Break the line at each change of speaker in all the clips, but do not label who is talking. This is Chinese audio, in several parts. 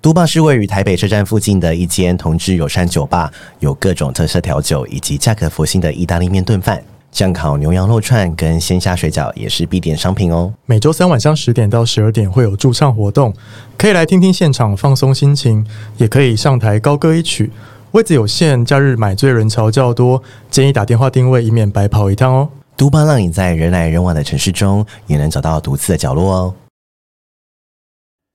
都霸是位于台北车站附近的一间同志友善酒吧，有各种特色调酒以及价格佛性的意大利面炖饭。酱烤牛羊肉串跟鲜虾水饺也是必点商品哦。
每周三晚上十点到十二点会有驻唱活动，可以来听听现场放松心情，也可以上台高歌一曲。位子有限，假日买醉人潮较多，建议打电话定位，以免白跑一趟哦。
都巴让你在人来人往的城市中，也能找到独自的角落哦。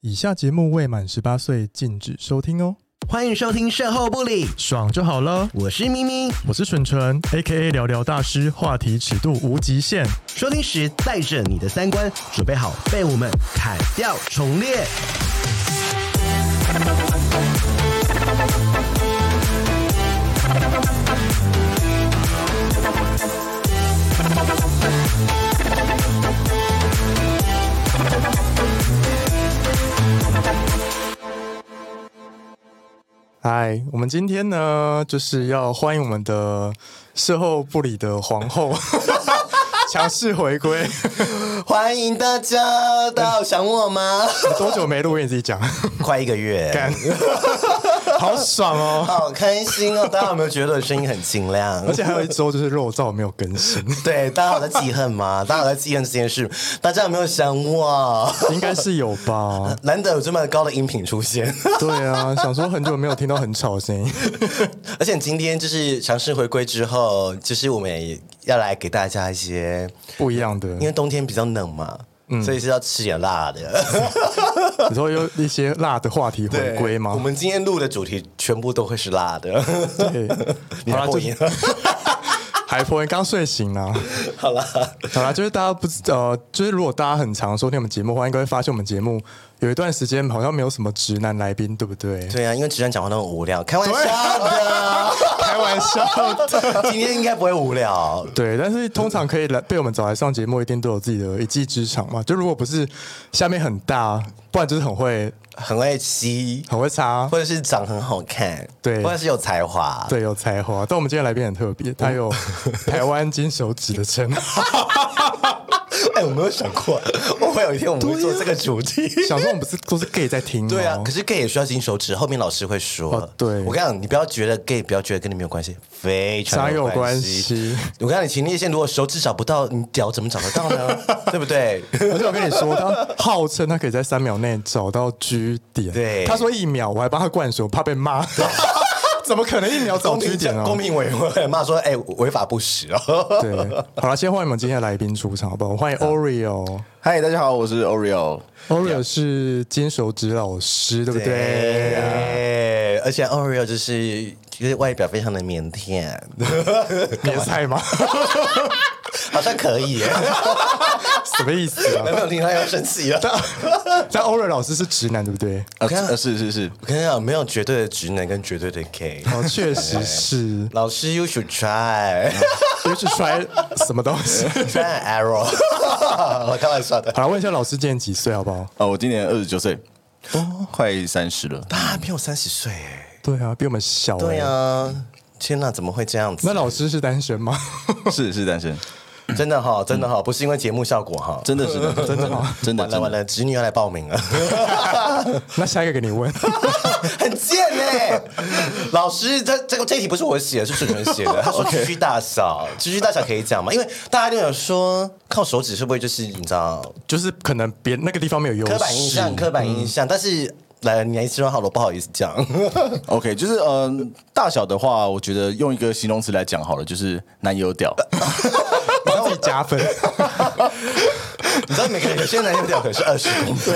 以下节目未满十八岁禁止收听哦，
欢迎收听《售后不理》，
爽就好了。
我是咪咪。
我是纯纯，A K A 聊聊大师，话题尺度无极限。
收听时带着你的三观，准备好被我们砍掉重练。
嗨，我们今天呢，就是要欢迎我们的事后不理的皇后 强势回归。
欢迎大家到想我吗？
多久没录音？你自己讲，
快一个月，
干，好爽哦！
好开心哦！大家有没有觉得我的声音很清 亮？
而且还有一周就是肉燥没有更 新，
对，大家有在记恨吗？大家有在记恨这件事？大家有没有想我？
应该是有吧？
难得有这么高的音频出现，
对啊，想说很久没有听到很吵的声音，
而且今天就是强势回归之后，就是我们也要来给大家一些，
不一样的
因。为冬天比较冷嘛，
嗯
所以是要吃点辣的。
你说有一些辣的话题 回归
我
吗？
们今天录的主题全部都会是辣的。
对，
你
好
还
啦就
破 音？
海波，你刚睡醒啊？
好啦，
好啦，就是大家不知呃，就是如果大家很常收听我们节目的话，应该会发现我们节目有一段时间好像没有什么直男来宾，对不对？
对啊，因为直男讲话都很无聊，开玩笑的。
开玩笑的。
今天应该不会无聊。
对，但是通常可以来被我们找来上节目，一定都有自己的一技之长嘛。就如果不是下面很大，不然就是很会
很会吸，
很会擦，
或者是长很好看，
对
或者是有才华，
对，有才华。但我们今天来宾很特别，他有台湾金手指的称号。
哎、我没有想过，我会有一天我们会做这个主题。
想说我们不是都是 gay 在听吗？
对啊，可是 gay 也需要金手指，后面老师会说。
哦对
我跟你讲，你不要觉得 gay 不要觉得跟你没有关系，非常
常有
关
关。系。
我跟你讲，你前列腺如果手指找不到，你屌怎么找得到呢？ 对不对？
而且我跟你说，他号称他可以在三秒内找到 G 点。
对
他说一秒，我还帮他灌水，我怕被骂。 怎么可能一秒找
公
G
平
点
公
啊？
平委员会骂说，哎、违法不实哦。
对，好了，先欢迎我们今天的来宾出场，好不好？欢迎 Oreo。
嗨，大家好，我是 Oreo。
Oreo 是金手指老师，对不对？
啊
啊
对，而且 Oreo 就是就是外表非常的腼腆，
别菜吗？
好像可以耶。
什么意思啊
男？朋友听到要生气了。
但 Oreo 老师是直男，对不对？
呃，
看
呃是是是，
我跟你讲，没有绝对的直男跟绝对的 gay。
哦，确实是，
老师，you should try
又是摔什么东西？
try an arrow 。我开玩笑的，
好了，问一下老师今年几岁，好不好？
哦，我今年二十九岁，哦，快三 十了。
他还没有三十岁哎。
对啊，比我们小、欸。
对啊，天哪，怎么会这样
那
子？
老师是单身吗？
是是单身，
真的哈，真的哈，不是因为节目效果哈。
真的 是单身，真的真的
完了完了，侄女要来报 名了，
那下一个给你问。
很贱哎！老师，这这个这题不是我写的，是主持人 写的。他说区区大小，区区大小可以讲吗？因为大家就有说靠手指是不会就是你知道
就是可能别那个地方没有优势，
刻板印
哦
象，刻板
嗯
印象，但是。来了，你来说好了，我不好意思讲。
OK，就是呃，大小的话，我觉得用一个形容词来讲好了，就是男 友屌。
帮自己加 分。
你知道每个人有些男友屌可能是二十公分，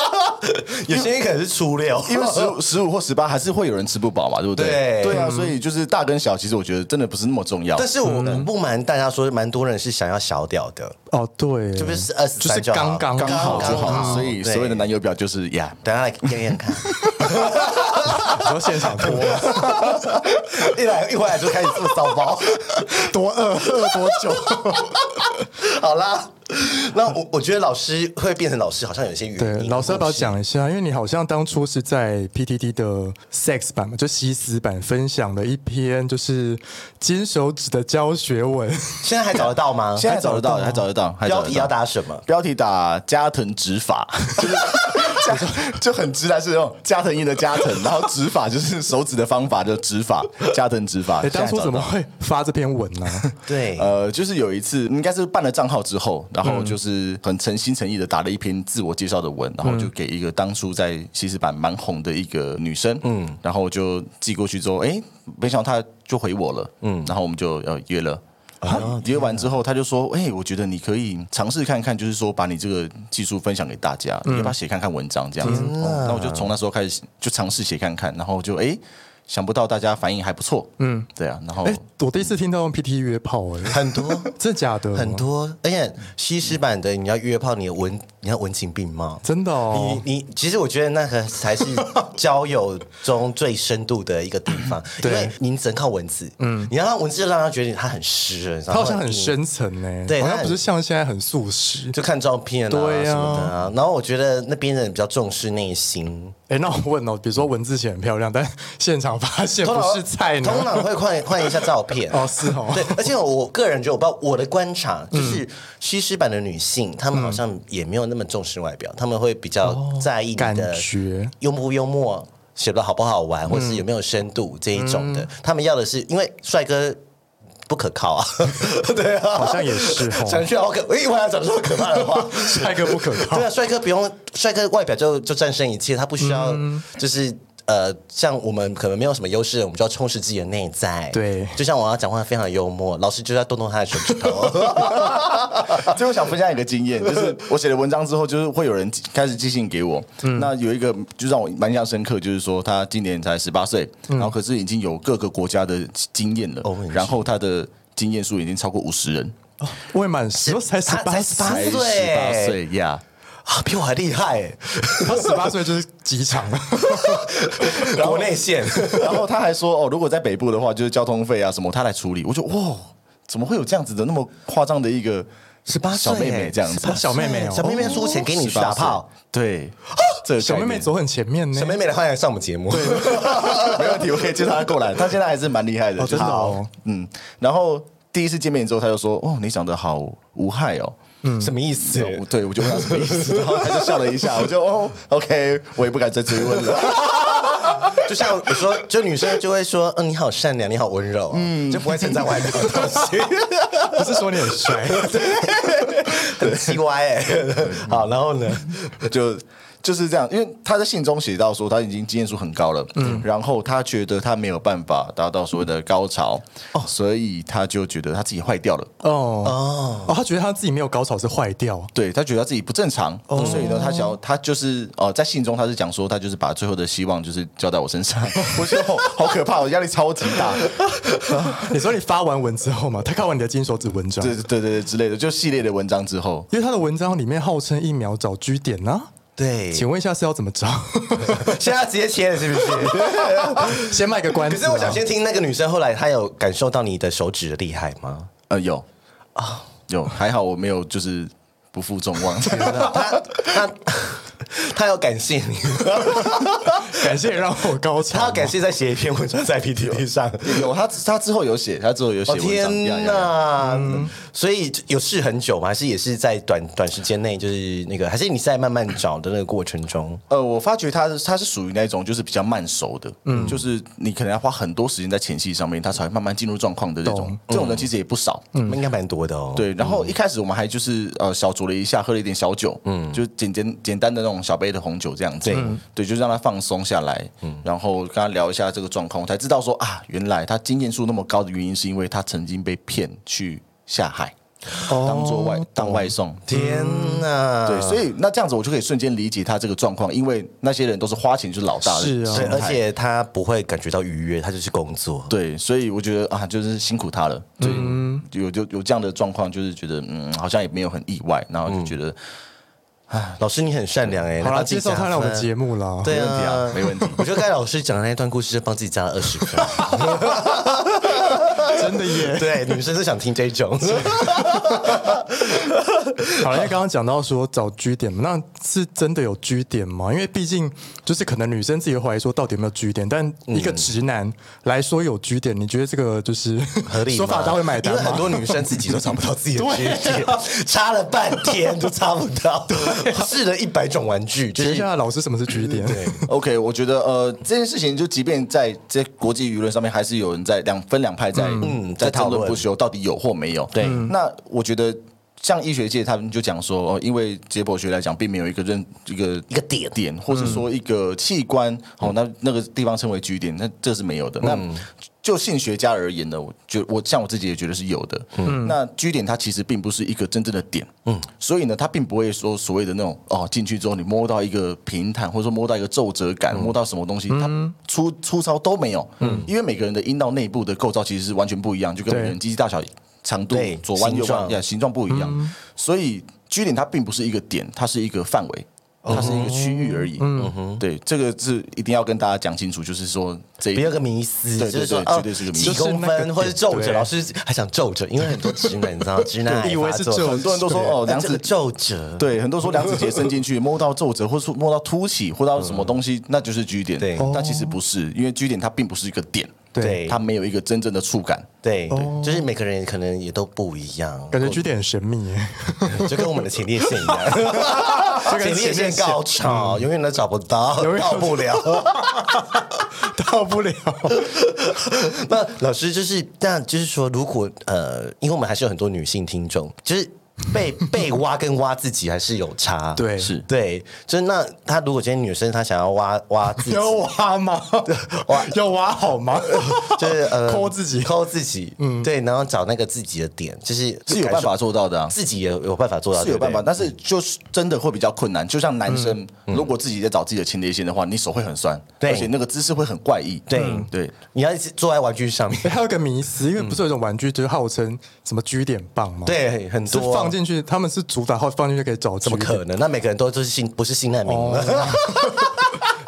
有些人可能是初六，
因为十五、十五或十八还是会有人吃不饱嘛，对不
对
对？啊，所以就是大跟小，其实我觉得真的不是那么重要
但。是我我不瞒大家说，蛮多人是想要小屌的，
哦，对，
就
就是
二十
就是
就好
刚刚
刚
好
就
刚
好，所以
啊对
所谓的男友表就是呀，
等下来验验 看，
说现场多
一来一回来就开始这么骚 包。
多饿饿多久？
好啦，那我我觉得老师会变成老师，好像有一些原
对，
因。
老师要不要讲一下？因为你好像当初是在 PTT 的 Sex 版嘛，就西斯版分享了一篇就是金手指的教学 文，
现在还找得到吗？
现在还找得到，还找得到，还
标啊
找得
题
到
要打什么？
标题打加藤执法，就是就很直男，是那种加藤鹰的加藤，然后指法就是手指的方法，就指法加藤指法。
哎，当初
现在找得
怎么
到
会发这篇文 啊呢、
对，
呃，就是有一次，应该是办了账号之后，然后就是很诚心诚意的打了一篇自我介绍的文，然后就给一个当初在西施版蛮红的一个女生，嗯，然后就寄过去之后，哎，没想到她就回我了，嗯，然后我们就呃约了。啊约完之后，她就说：“哎、我觉得你可以尝试看看，就是说把你这个技术分享给大家，你要不要写看看文章这样子？”哦那、我就从那时候开始就尝试写看看，然后就哎、想不到大家反应还不错，嗯，对啊，然后
哦
哎、我第一次听到用 PT 约炮、哎，
很多
真的假的？
很，多，而且西施版的你要约炮，你的文你要文情并茂。
真的哦
你。你其实我觉得那个才是交友中最深度的一个地方，因
嗯对
为你只能靠文字，嗯，你让他文字让他觉得他很湿了，你知道
它
吗
好像很，深层呢、
对
好像
它
不
很
是像现在很素食。
就看照片啊
对啊
什么的啊。然后我觉得那边人比较重视内心，
哎、那我问哦，比如说文字写很漂亮，但现场发现不是菜呢？
通常会换 换一下照片
哦嗯是哦
对，而且我个人觉得，我不知道我的观察就是，西施版的女性，她们好像也没有那么重视外表，她们会比较在意你
嗯哦感
的
觉
幽不幽默，写的好不好
嗯
玩，或是有没有深度这一种的，她们要的是因为帅哥。不可靠 啊，对啊，
好像也是 哦
讲句好可，哎，我要讲这么可怕的 话，
下一个不可靠
对。啊，帅哥不用，帅哥外表就就战胜一切，他不需要
嗯
就是。呃，像我们可能没有什么优势，我们就要充实自己的内在。
对
就像我要讲话非常幽默，老师就要动动他的手指头。
最后想分享一个经验，就是我写了文章之后，就是会有人寄开始寄信给我。
嗯
那有一个就让我蛮印象深刻，就是说他今年才十八岁，然后可是已经有各个国家的经验了
嗯 Oh my，God
然后他的经验数已经超过五十人，
我也满十，才十
他
八
才
岁，
18
才
岁
十八岁 呀。
啊，比我还厉害 欸，
他十八岁就是机场了。
国内线。
然后他还说哦，如果在北部的话，就是交通费啊什么他来处理。我就哇，怎么会有这样子的那么夸张的一个
18岁
小妹妹这样子？
她小妹妹哦，
小妹妹出钱给你去打炮，啊
对，这个概
小妹妹
念
走很前 面呢。
小妹妹来欢迎上我们节目。
没问题，我可以介绍他过来。他现在还是蛮厉害的，
哦
就是
真的哦
嗯。然后第一次见面之后，他就说：“哦，你长得好无害哦。”
嗯
什么意思？
对，对我就问他什么意思，然后他就笑了一下，我就哦，OK，我也不敢再追问了。
就像我说，就女生就会说，嗯，你好善良，你好温柔，嗯，就不会称赞 外表的东西。
不是说你很帅，
很奇怪哎。好，然后呢？
就就是这样，因为他在信中写到说他已经经验数很高了，嗯，然后他觉得他没有办法达到所谓的高潮，哦，所以他就觉得他自己坏掉了。
哦哦，他觉得他自己没有高潮是坏掉，
对他觉得他自己不正常，
哦
所以呢，他想要他就是呃，在信中他是讲说，他就是把最后的希望就是交在我 身上。我说哦好可怕，我压力超级大，
你说你发完文之后嘛，他看完你的金手指文章，
对对对对之类的，就系列的文章之后，
因为他的文章里面号称一秒找居点呢、
对，
请问一下是要怎么找？
现在要直接切了是 不是？
先卖个关
可
子、啊
是我想，先听那个女生，后来她有感受到你的手指的厉害吗？
呃，有
哦
啊，有还好我没有就是不负众望，
她她她要感谢你，
感谢让我高潮。
她要感谢在写一篇文章在 PTT 上。
有他他之后有写，他之后有写
哦
文章，呀
天
呀呀嗯
哪！所以有试很久吗？还是也是在短短时间内，就是那个，还是你是在慢慢找的那个过程中？
呃，我发觉他他是属于那种就是比较慢熟的，嗯，就是你可能要花很多时间在前戏上面，他才会慢慢进入状况的这种，这种人其实也不少，
嗯，应该蛮多的哦。，
对，然后一开始我们还就是呃小酌了一下，喝了一点小酒，嗯，就简简简单的那种小杯的红酒这样子，嗯对，就让他放松下来，嗯，然后跟他聊一下这个状况，我才知道说啊，原来他经验数那么高的原因是因为他曾经被骗去下海，当做外当外送。
天
嗯
啊哪！
对，所以那这样子我就可以瞬间理解他这个状况，因为那些人都是花钱去老大的
是
心
啊
态，
对，而且她不会感觉到愉悦，她就是工作。
对，所以我觉得啊，就是辛苦他了。对，有有有这样的状况，就是觉得嗯，好像也没有很意外，然后就觉得
老师，你很善良哎。
嗯好
拿
了，
自己
介绍他
加
来我们
分
节目了。
对
没问题啊没问题
我觉得盖老师讲的那一段故事，就帮自己加了二十分。
真的耶。
对，女生是想听这种。
好了，因为刚刚讲到说找居点嘛，那是真的有居点吗？因为毕竟就是可能女生自己会怀疑说到底有没有居点，但一个直男来说有居点，你觉得这个就是
合理吗
说法，他会买单
因为
吗？啊
很多女生自己都找不到自己 的
对
缺点，
插了半天都插不到，试了一百种玩具，就
学一
是
下老师什么是居点？对，
OK，我觉得呃这件事情就即便在这国际舆论上面，还是有人在两分两派在嗯在
在讨
讨
论
论不休，到底有或没有。
对
那我觉得像医学界他们就讲说，哦，因为解剖学来讲，并没有一个认一个
一个点嗯
点，或是说一个器官，哦，那那个地方称为居点，那这是没有的。那就性学家而言呢，我觉我像我自己也觉得是有的。嗯，那居点它其实并不是一个真正的点，嗯，所以呢，它并不会说所谓的那种哦，进去之后你摸到一个平坦，或者说摸到一个皱褶感，
嗯
摸到什么东西，它粗粗糙都没有，嗯，因为每个人的阴道内部的构造其实是完全不一样，就跟每个人
对
机器大小长度
对
左弯右
形状嗯
弯呀形状不一样，所以居点它并不是一个点，它是一个范围。
哦
它是一个区域而已，嗯哼，对，这个是一定要跟大家讲清楚，就是说这一
不要个迷思，
对对
就是说
对
哦
绝对是个迷思
几公
就是那
分
个
或者皱褶，
对
老师还想皱褶，因为很多直男，你 知道，直男癌
以为
发
是
作
皱
很多人都说
对
哦，
但
梁
哎这
子
个嗯皱褶，
对，很多说梁子节伸 进去摸到皱褶，或是摸到凸起，或到什么东西，那就是居点。
对
但其实不是，因为居点它并不是一个点，
对
它没有一个真正的触感。
对，
哦
就是每个人可能也都不一 样，
感觉居点很神秘耶。
就跟我们的前列腺 一样，
就跟
前列
前列
腺
腺嗯
高潮永远都找不到，
永远
到不了。
到不了，
那老师就是这样，就是说，如果呃，因为我们还是有很多女性听众，就是被 被挖跟挖自己还是有差，
对
是
对，就是那她如果今天女生她想要 挖挖自己，
要 挖吗？要挖好吗？
就是呃
抠自己
抠自己，嗯，对，然后找那个自己的点，就是
是有办法做到的啊
自己也有有办法做到，
是有办法，
啊对嗯不对
但是就是真的会比较困难。就像男生，如果自己在找自己的前列腺的话，你手会很酸，
嗯对
而且那个姿势会很怪异。
对
嗯对，
你要一直坐在玩具 上面，
还有一个迷思，因为不是有一种玩具就是号称什么居点棒吗？，
对，很
是
多啊
放进去，他们是主打号放进去可以找
怎
怎
么可能？那每个人都就是性不是性难民。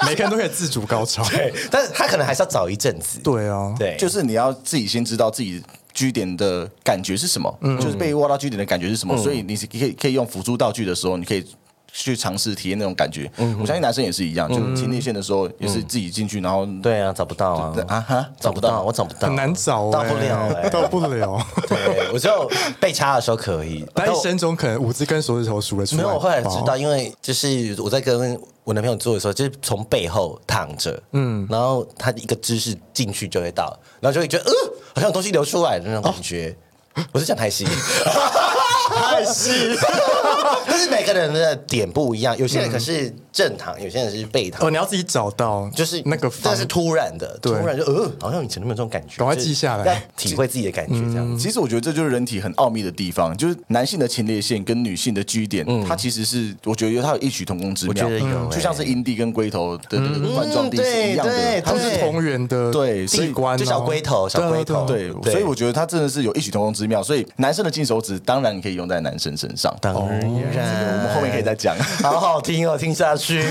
每个人都可以自主高潮。
对，但是他可能还是要找一阵子。
对啊，
对，
就是你要自己先知道自己。居点的感觉是什么？
嗯
就是被挖到居点的感觉是什么？所以你是可以可以用辅助道具的时候，你可以去尝试体验那种感觉。
嗯
我相信男生也是一样，就是前列腺的时候也是自己进去，然后
对啊，找不到啊，
啊哈
找不到，我找不到，
很难找欸，
到不了哎。
到不 了。
对，我就被插的时候可 以，
但一生中可能五只跟手指头数得出
没
来吧。哦
有，我后来知道，因为就是我在跟我男朋友做的时候，就是从背后躺着，嗯，然后他一个姿势进去就会到，然后就会觉得，呃，好像有东西流出来的那种
哦
感觉。我是讲 太细，
太细。
但是每个人的点不一样，有些人可是正躺，有些人是背躺
哦，，你要自己找到，
就是
那个方
但是突然的，突
对
然就呃，好像以前都没有这种感觉，
赶快
就是
记下来
要体会自己的感觉这样子。
其实我觉得这就是人体很奥秘的地方，就是男性的前列腺跟女性的 G 点，它其实是我觉得有它有异曲同工之
嗯
妙，
我觉得有
嗯
欸嗯
就像是阴蒂跟龟头的那个冠状地是一样
对
的，
它
它
是
对
同源的
对所以
器官啊，
就小龟头小
对啊
龟头
对啊
对，
对
所以我觉得它真的是有异曲同工之妙。所以男生的金手指当然你可以用在男生身上，哦
当然，
哦嗯
我们后面可以再讲。
好好听哦，听下 去。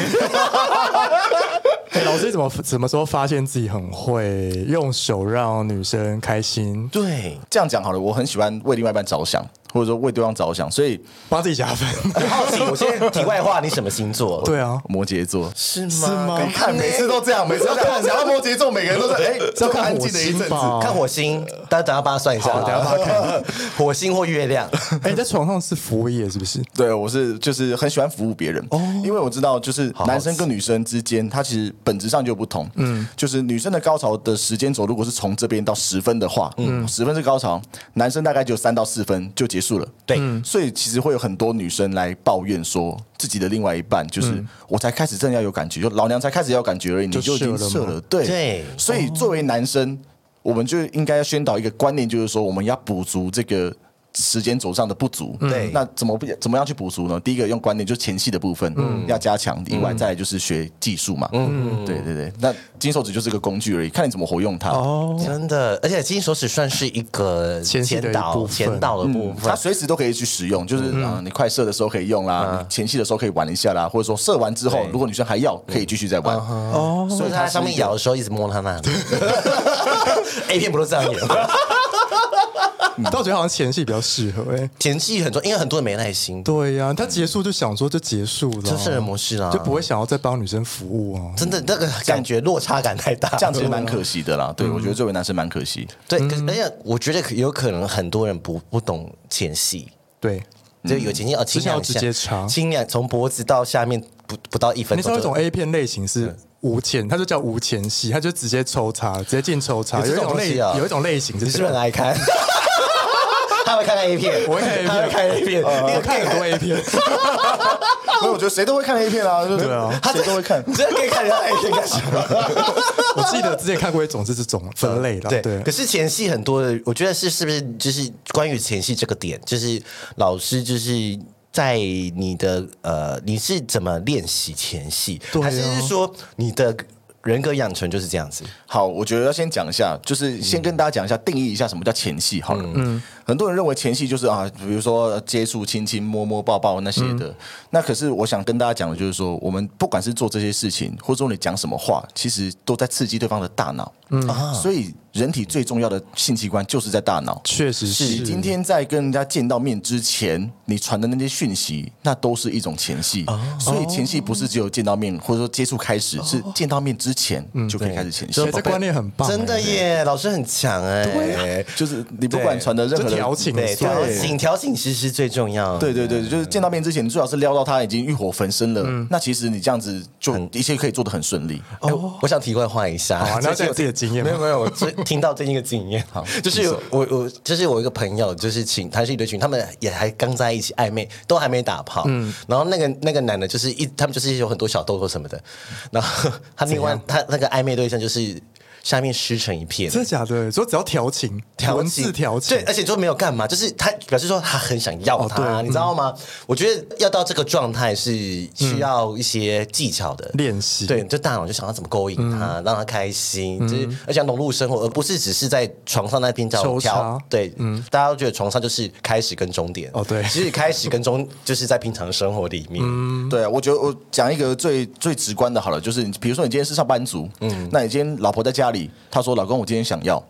哎老师怎么什么时候发现自己很会用手让女生开心，
对，
这样讲好了，我很喜欢为另外一半着想，或者说为对方着想，所以
帮自己加 分？
我好奇，我现在题外话，你什么星座？，
对啊，
摩羯座。
是吗？
是吗
赶
你看，每次都这样，每次都这样。讲到摩羯座，每个人都在哎，
这要看
安
火
静的一
星
阵子。
吧。
哦看火星，大家等下帮他算一下，
好等下帮他
看火星或月亮。
哎，你在床上是服役是不是？
对，我是就是很喜欢服务别人，因为我知道就是
好
男生跟女生之间，它其实本质上就不同。嗯，就是女生的高潮的时间轴，如果是从这边到十分的话，嗯，十分是高潮，男生大概就三到四分就结束了。嗯
对，
所以其实会有很多女生来抱怨说，自己的另外一半就是、我才开始真的要有感觉，就老娘才开始要有感觉而已，你
就
就已经
射了
射
吗
了，对
对
所以作为男生，我们就应该要宣导一个观念，就是说我们要补足这个。时间轴上的不足，
对
那怎么不怎么样去补足呢？第一个用观念就是前戏的部分，要加强，以外再来就是学技术嘛，嗯，对对对。那金手指就是个工具而已，看你怎么活用它。
哦，
真的，而且金手指算是一个
前戏的一
导
部分嗯
前导的部分
它，随时都可以去使用，就是啊，你快射的时候可以用啦，你前戏的时候可以玩一下啦，或者说射完之后
对，
如果女生还要，可以继续再玩。
哦，
所以他在上面咬的时候一直摸他那里。A 片不都这样演吗？
但我觉得好像前戏比较适合哎、
前戏很重要，因为很多人没耐心，
对啊呀、他结束就想说就结束了，
就圣人模式啦，
就不会想要再帮女生服务哦、
真的那个感觉落差感太大，
这样其实蛮可惜的啦。对，我觉得作为男生蛮可惜。
对，
嗯
可是而且我觉得可有可能很多人不不懂前戏，
对，
就有前戏哦，轻
嗯想要
两
直
下
接插
轻两从脖子到下面不不到一分
你知
钟
道
就，
一种 A 片类型是无前，它就叫无前戏，它就直接抽插，直接进抽插。
有
有
这
一
种
种
东
类，
西啊
有一种类型就
你是不是
是
很爱看？ 他会看 A 片，
我会看 A 片
他会看 A 片，哦
我看很多 A 片，
所以我觉得谁都会看 A 片 啊，哦对
啊
谁都会看。
你真的可以看人家 A 片干什么？
我记得之前看过一种是这种分类的，对
可，是前戏很多的，我觉得是是不是就是关于前戏这个点，就是老师就是。在你的呃，你是怎么练习前戏，
对啊
还是说你的人格养成就是这样子？
好，我觉得要先讲一下，就是先跟大家讲一下，定义一下什么叫前戏好了。嗯，很多人认为前戏就是啊，比如说接触、亲亲、摸摸、抱抱那些的。那可是我想跟大家讲的就是说，我们不管是做这些事情，或者说你讲什么话，其实都在刺激对方的大脑。嗯，所以人体最重要的性器官就是在大脑。
确实
你
是。
今天在跟人家见到面之前，你传的那些讯息，那都是一种前戏。所以前戏不是只有见到面，或者说接触开始，是见到面之前就可以开始前戏。
这观念很棒，啊
真的
哎，
耶，老师很强哎、对
就是你不管传的任何
这
的
调情
对，
算
调情调情其实最重要。
对对对，就是见到面之前，你最好是撩到他已经欲火焚身了。那其实你这样子就一切可以做的很顺利。
哎，我我想题外话一下，
好啊
最
那
近
讲自己的经验吧
没有没有，我最听到最近一个经验，好， 就是有我我就是我一个朋友，就是请他是一对情侣，他们也还刚在一起暧昧，都还没打炮，嗯，然后那个那个男的，就是一他们就是有很多小动作什么的，然 后他另外他那个暧昧对象就是下面湿成一片，
真的假的？说只要调情，
调
文
情
字调情
对，，而且就没有干嘛，就是他表示说他很想要他，
哦对
你知道吗？我觉得要到这个状态是需要一些技巧的
练习
对，就大脑就想要怎么勾引
嗯
他，让他开心，就是而且要融入生活，而不是只是在床上那边叫
抽
跳
插。嗯
对，大家都觉得床上就是开始跟终点
哦对嗯
其实开始跟终就是在平常生活里面，
对啊，我觉得我讲一个最最直观的好了，就是你比如说你今天是上班族，嗯，那你今天老婆在家里，她说老公我今天想要，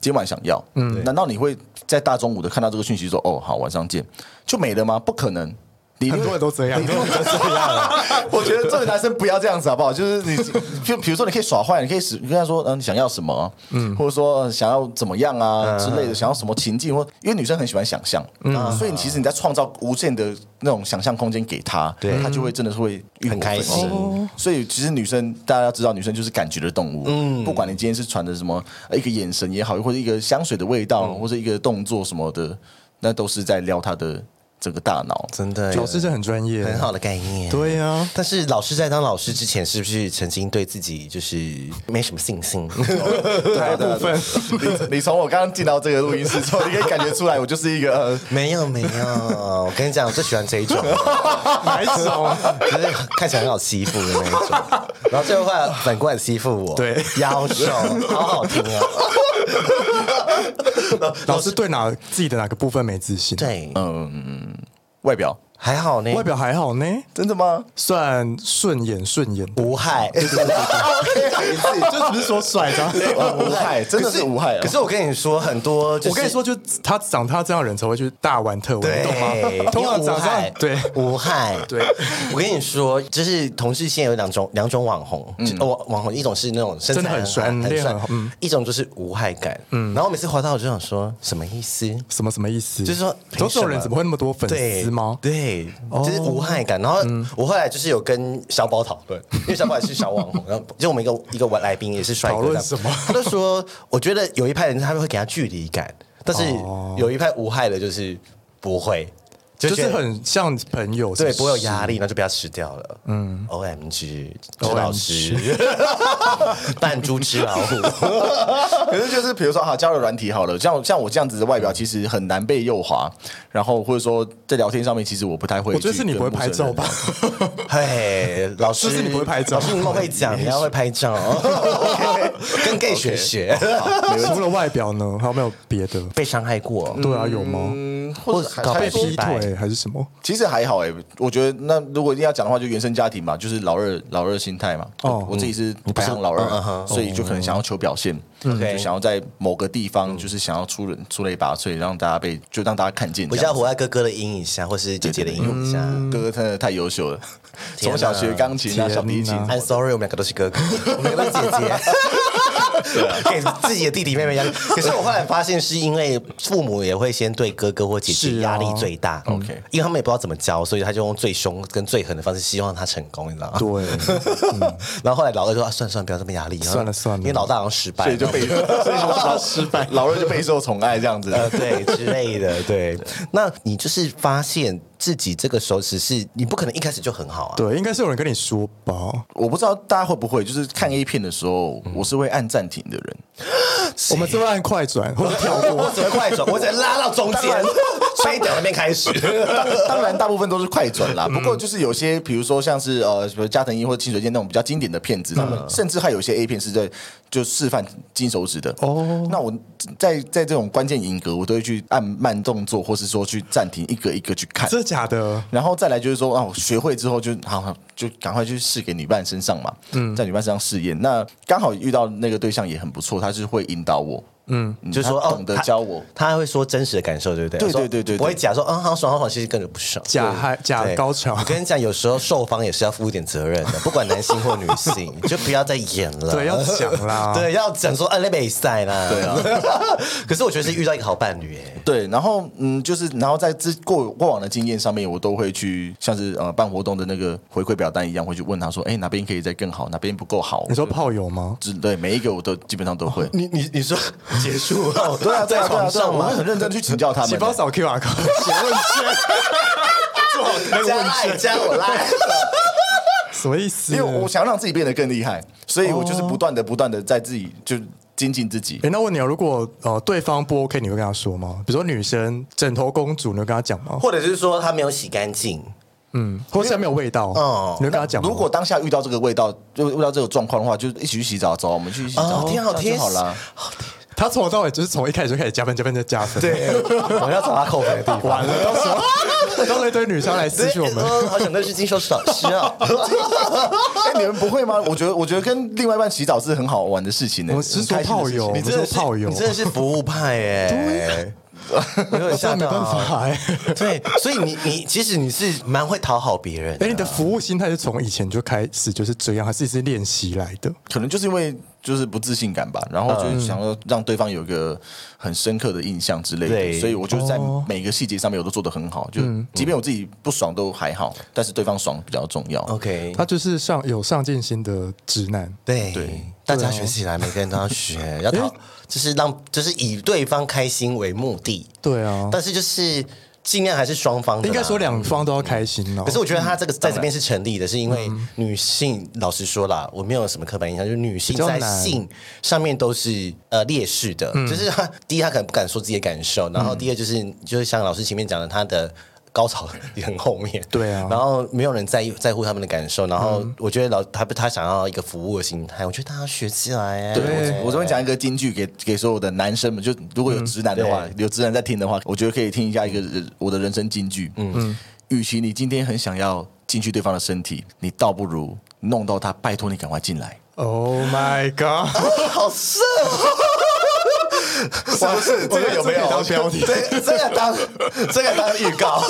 今晚想要，嗯，难道你会在大中午的看到这个讯息说哦好晚上见就没了吗？不可能。你一定
很
会
多人都这样，
我觉得作为男生不要这样子好不好？就是你， 就比如说你可以耍坏，你可以使跟他说，嗯、你想要什么啊、嗯，或者说呃想要怎么样啊之类的，想要什么情境，或因为女生很喜欢想象，嗯，所以你其实你在创造无限的那种想象空间给她，
对
她就会真的是会欲火
很开心
焚身所以其实女生大家要知道，女生就是感觉的动物，嗯，不管你今天是传的什么呃一个眼神也好，或者一个香水的味道，或者一个动作什么的，那都是在撩她的整个大脑。
真的
老师是很专业，
很好的概念。
对啊 呀。
但是老师在当老师之前，是不是曾经对自己就是没什么信心？
对部分，你你从我刚刚进到这个录音室之后，你可以感觉出来，我就是一个呃
没有没有，我跟你讲，我最喜欢这一种，
哪一种啊？
就是看起来很好欺负的那一种，然后最后来反过来欺负我，
对
妖兽，好好听啊，
老师对哪自己的哪个部分没自信？，
对，
外表，
还好呢，
外表还好呢，
真的 吗？
算顺眼顺眼，
无害，
哦 你自己
这只是说帅的啊。
无害，真的是无害啊
可。是我跟你说，很多、就是，
我跟你说，就他长他这样的人才会去大玩特玩，
对，
你懂 吗？ 通常
因为无
长这
害
样，，对，
无害，
对。
我跟你说，就是同事现在有两种两种网红，哦网、网红一种是那种身材
嗯真的很帅
很
练
帅
很好，嗯
一种就是无害感。嗯，然后我每次滑到我就想说，什么意思？
什么什么意思？
就是说
这种人怎么会那么多粉
对
丝吗？哦嗯
对，就是无害感。然后我后来就是有跟小宝讨 论，因为小宝也是小网红，然后就我们一个一个玩来宾也是帅哥，
讨论什么
他就说，我觉得有一派人他会给他距离感，但是有一派无害的，就是不会，就
哦就是
觉得
很像朋友，
对，
是
不会有压力，那就被他吃掉了。嗯，O M G，吃老师， 扮猪吃老 虎，
可是就是比如说哈，交友软体好了，像像我这样子的外表，其实很难被右滑，然后或者说在聊天上面，其实我不太会。
我觉得是你不会拍照吧？？
嘿，老师，
就是你不会拍照
老师你们会讲，你要会拍 照，跟 gay 学学，
除了外表呢，还有没有别的？
被伤害过，
对啊，有吗？
嗯
哎
或者搞
还
被
有
失
劈
败，
腿还是什么？
其实还好哎、我觉得那如果一定要讲的话，就原生家庭嘛，就是老二老二心态嘛。
哦
我自己是排行老
嗯嗯
二，
嗯哼
所以就可能想要求表现，
OK 嗯
就想要在某个地方就是想要出人出类拔萃，让大家被就让大家看见这
回
样
家
子。
活在哥哥的阴影下，或是姐姐的阴影下。
哥哥真的太优秀了，
天哪哎
从小学钢琴啊、
天哪
小提琴，
I'm sorry，我们两个都是哥哥，我们两个都是姐姐。 给自己的弟弟妹妹压力，可是我后来发现，是因为父母也会先对哥哥或姐姐
是啊
压力最大。
OK
因为他们也不知道怎么教，所以他就用最凶跟最狠的方式，希望他成功，你知道吗？
对，
然后后来老二说：“啊，算了算了，不要这么压力。”
算了算了
因为老大好像失败，
所以就被 所 以老失败，老二就备受宠爱这样子。
呃，对之类 的，对。那你就是发现自己这个手指是你不可能一开始就很好啊，
对，应该是有人跟你说吧。
我不知道大家会不会，就是看 A 片的时候，
嗯
我是会按暂停的人。
我们这边按快转 或者跳
我
过，
只会快转，我只能拉到中 间，所以等那边开始。
当然，大部分都是快转
嗯
啦。不过就是有些，比如说像是呃，什么加藤鹰或者清水健那种比较经典的片子，他
嗯
们甚至还有一些 A 片是在就示范金手指的。哦，那我在在这种关键影格，我都会去按慢动作，或是说去暂停一个一个去看。
真的假的？
然后再来就是说，哦，学会之后就好，好就赶快去试给女伴身上嘛，
嗯
在女伴身上试验。那刚好遇到那个对象也很不错，他是会引导我，嗯，
就是说
他
哦
懂得
他
教我，
他还会说真实的感受，对不对？
对
说
对对对对
不会假说嗯好爽好爽，其实根本不爽。
假嗨假
对
高潮
我，跟你讲，有时候受方也是要负一点责 任的，不管男性或女性，就不要再演了。
对要讲啦
对，要讲说啊，那没赛啦。对啊。 可是我觉得是遇到一个好伴侣，哎，
对，然后嗯，就是然后在之过过往的经验上面，我都会去像是呃办活动的那个回馈表单一样，会去问他说，哎，哪边可以再更好，哪边不够好？
你说
我就
炮友吗？
只对每一个我都基本上都会。
你你你说结束后，
对啊，对
在
啊，对
床
啊，对啊
上
我
吗
会？很认真地去请教他们。
请帮扫 QR code，写问卷，做好那个
加
问
爱
卷，
加我赖。
什么意思？
因为我想让自己变得更厉害，所以我就是不断的、不断的在自己就精进自己。
哎、那问你啊，如果呃对方不 OK，你会跟他说吗？比如说女生枕头公主，你会跟他讲吗？
或者是说他没有洗干净，
嗯，或者是还没有味道，
哦
你会跟他讲吗？
如果当下遇到这个味道，就遇到这个状况的话，就一起去洗澡，走，我们去洗澡，
哦
这
天
样
好
就
贴
好
心
啦。
他从头到尾就是从一开始就开始加分、加分、再加分，，
对， 我要找他扣分的地方。
完了，到时候到时候一堆女生来私讯我们，
哦好想认识金手指老师啊！
哎、你们不会吗？我觉得，我觉得跟另外一半洗澡是很好玩的事情呢、
我是
很
说
开心的
炮
事情
友
你真的是
我说炮友
你真的是服务派哎， 我有点吓
真的
到
没办
啊。
法哎、
对，所以你你其实你是蛮会讨好别人的，
哎、你的服务心态是从以前就开始就是这样，还是一直练习来的？
嗯
可能就是因为就是不自信感吧，然后
嗯
就是想要让对方有一个很深刻的印象之类
对
的，所以我就在
哦嗯
每个细节上面我都做得很好，就即便我自己不爽都还好，但是对方爽比较重要。
哦
OK，
他就是上有上进心的直男，
对
对，
大家学起来，每个人都要学，要讨，就是让就是以对方开心为目的，
对啊，
但是就是尽量还是双方的啦
应该说两方都要开心哦。
可是我觉得他这个在这边是成立的，是因为
嗯
女性，老实说啦，我没有什么刻板印象，就是女性
比较
在
难嗯
性上面都是呃劣势的，就是她 第一她可能不敢说自己的感受，然后第二就是就是像老师前面讲的，她的。高潮也很后面，
对啊嗯
然后没有人在意在乎他们的感受，然后我觉得老他他想要一个服务的心态，我觉得大家学起来、欸，
对，我我这边讲一个金句给给所有的男生们，就如果有
嗯
直男的话，有直男在听的话，我觉得可以听一下一个人我的人生金句。嗯，与其你今天很想要进去对方的身体，你倒不如弄到他，拜托你赶快进来。
Oh my god！
好色、
是不是
这个有没有当标题
这这个当 这个当预告，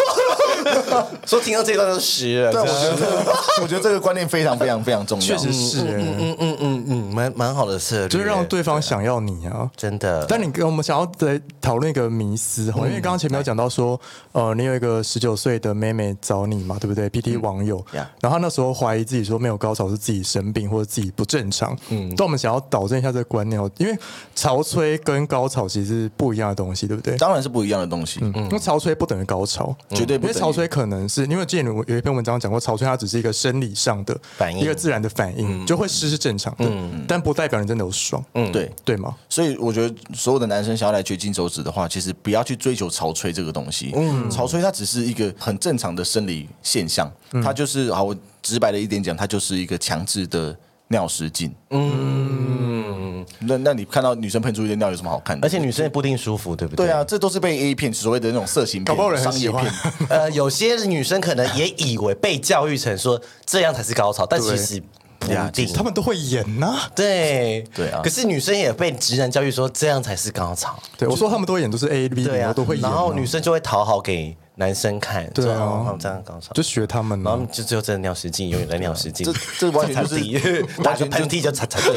说听到这一段就湿了，
对，我
真的
觉 得我觉得这个观念非常非常非常重要。
确实是、欸，
嗯嗯嗯嗯，蛮蛮好的策略，
就是让对方想要你啊。
真的。
但你跟我们想要来讨论一个迷思哈，因为刚刚前面有讲到说，呃，你有一个十九岁的妹妹找你嘛，对不对？PT 网友，
Yeah
然后她那时候怀疑自己说没有高潮是自己生病或者自己不正常，嗯，但我们想要导正一下这个观念哦，因为潮吹跟高潮其实是不一样的东西，对不对？
当然是不一样的东西。
因为潮吹不等于高潮，
绝嗯对
嗯
不
因为
等于
潮吹可能是因为之前有有一篇文章讲过，潮吹它只是一个生理上的
反应
一个自然的反应，就会湿是正常的，但不代表你真的有爽，
对。
对吗？
嗯所以我觉得，所有的男生想要来掘金手指的话，其实不要去追求潮吹这个东西。嗯，潮吹它只是一个很正常的生理现象，
嗯
它就是好，我直白的一点讲，它就是一个强制的尿失禁。嗯，那那你看到女生喷出一些尿有什么好看的？
而且女生也不一定舒服，对不对？
对啊，，这都是被 A 片所谓的那种色情
搞
片
不好、人很
商
喜
业
欢
片。
呃，有些女生可能也以为被教育成说这样才是高潮，但
对
其实铺
呀
定。
他们都会演呐、
对
对啊
可是女生也被直男教育说这样才是高潮，
对，我说他们都会演都是 A B，
对啊，
都会演啊、
然后女生就会讨好给男生看，
对啊
说哦这样高潮，
就学他们、
然后
啊
他，们就只有真的尿失禁，永远在尿失禁，
这这完 全就是
擦擦地打
完
个
全就
喷嚏就擦擦地。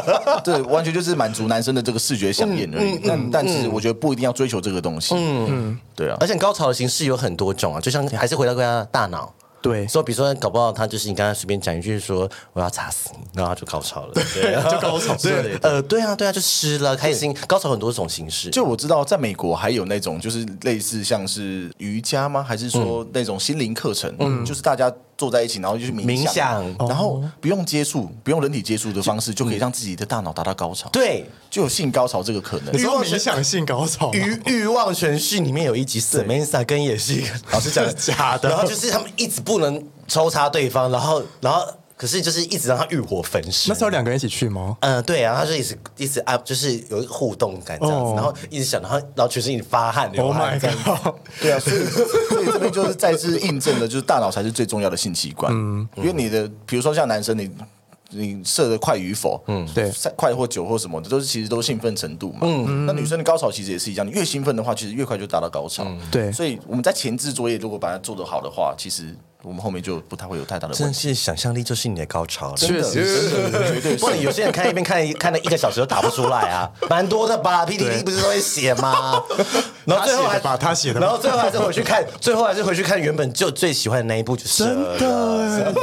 对，完全就是满足男生的这个视觉想念而已。但但是我觉得不一定要追求这个东西。嗯嗯，对啊
而，且高潮的形式有很多种啊，就像还是回到大家的大脑。
对，
说，比如说，搞不好他就是你刚才随便讲一句说我要查死你，然后他就高潮了， 对啊，
就高潮对
对，呃，对啊，对啊，就湿了，开心，高潮很多种形式，
就我知道，在美国还有那种就是类似像是瑜伽吗？还是说那种心灵课程？嗯，就是大家坐在一起，然后就是冥
冥想
然后不用接触，不用人体接触的方式，就可以让自己的大脑达到高潮。，
对，
就有性高潮这个可能
你。知
欲
道
望
冥想性高潮吗
欲欲望全序里面有一集 Samantha 跟也是一个 老师讲
假的
然后就是他们一直不能抽插对方，然后然后可是就是一直让他欲火焚身
那时。候两个人一起去吗？
嗯、对啊，他就一直一直 up，就是有一个互动感这样子
哦
然后一直想，然后然后全身一直发汗流
Oh
汗
my
这样子
god！
对啊，所以所以这边就是再次印证了，就是大脑才是最重要的性器官。嗯，因为你的，比如说像男生，你你射的快与否，嗯，
对
快或久或什么，这都是其实都是兴奋程度嘛。嗯，那女生的高潮其实也是一样，你越兴奋的话，其实越快就达到高潮。
对
所以我们在前置作业如果把它做得好的话，其实我们后面就不太会有太大的问
真
题。
是想象力就是你的高潮了，
确实，
绝对
不然有些人看一遍看一看了一个小时都打不出来 啊，蛮多的吧？PPT 不是都会写吗？然后最后
他写
还
的吧他写的吧
然后最后还是回去看， 最后还是回去看原本就最喜欢的那一部，就是
真
了
的。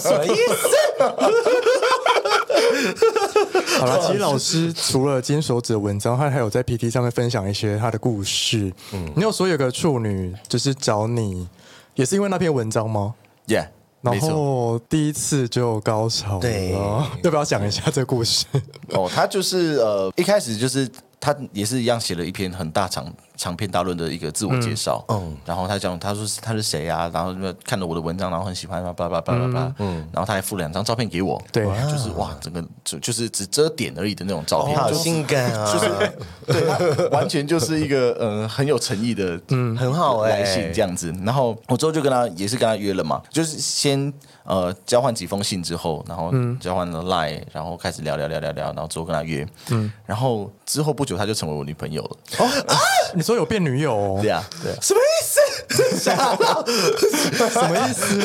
什么意思？
好了，其实老师除了金手指的文章，他还有在 PT 上面分享一些他的故事。嗯，你有说有个处女就是找你，也是因为那篇文章吗？
，Yeah，
然
没错。
后第一次就高潮了，
对
要不要讲一下这故事？
哦，他就是呃，一开始就是他也是一样写了一篇很大长长篇大论的一个自我介绍，嗯，然后他讲他说是他是谁啊，然后那看了我的文章，然后很喜欢，巴拉巴拉巴拉巴拉，嗯，然后他还附了两张照片给我，
对
就是哇，整个就就是只遮点而已的那种照片，
好
就是
性感啊！
对，他完全就是一个呃很有诚意的，嗯，
很好
哦
欸
哎
来信这样子。然后我之后就跟他也是跟他约了嘛，就是先呃交换几封信之后，然后
嗯
交换了 Line，然后开始聊聊聊聊聊，然后之后跟他约，嗯，然后之后不久他就成为我女朋友了，
哦你说有变女友、哦
对，啊，对啊。
什么意思？吓到！
什么意思？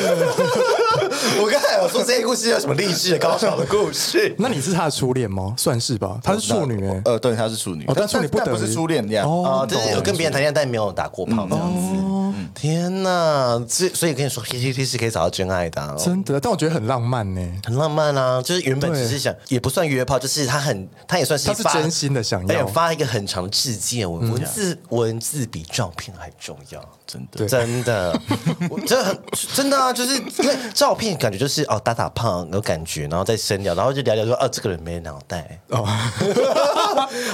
我刚才有说这些故事有什么励志的高潮的故 事？
那你是他的初恋吗？算是吧，他是处女哎、
呃，对，她是处女，
哦但处女不
但
等于
不是初恋，啊这样
哦
哦，
就是有跟别人谈恋爱，但没有打过炮这样子。天哪！所以所以跟你说，PPT 是可以找到真爱的啊。
欸真的，但我觉得很浪漫欸呢、
很浪漫啊，就是原本
对
只是想，也不算约炮，就是他很，他也算是
他是
发
真心的想要嗯
而且发一个很长的致谢文，文字文字比照片还重要，
真的
对
真的， 我真的很真的啊，就是因为照片感觉就是哦打打胖有感觉，然后再深聊，然后就聊聊说哦这个人没脑袋，
哦，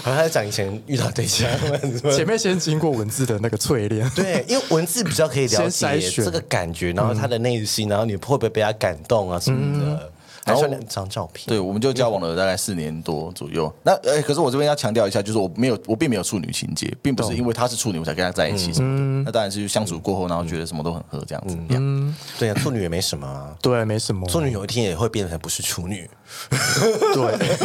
好像在讲以前遇到对象，
前面先经过文字的那个淬炼，
对，因为文字比较可以了
先筛
解
选
这个感觉，然后他的内心，然后你会不会被他感动啊什么
嗯
的，还
然后
是两张照片，
对，我们就交往了大概四年多左右。那呃，可是我这边要强调一下，就是我没有，我并没有处女情节，并不是因为她是处女我才跟她在一起什么的。
嗯
那当然是相处过后，然后觉得什么都很合这样子。嗯，
对啊，处女也没什么啊。
对，没什么，
处女有一天也会变成不是处女。
对，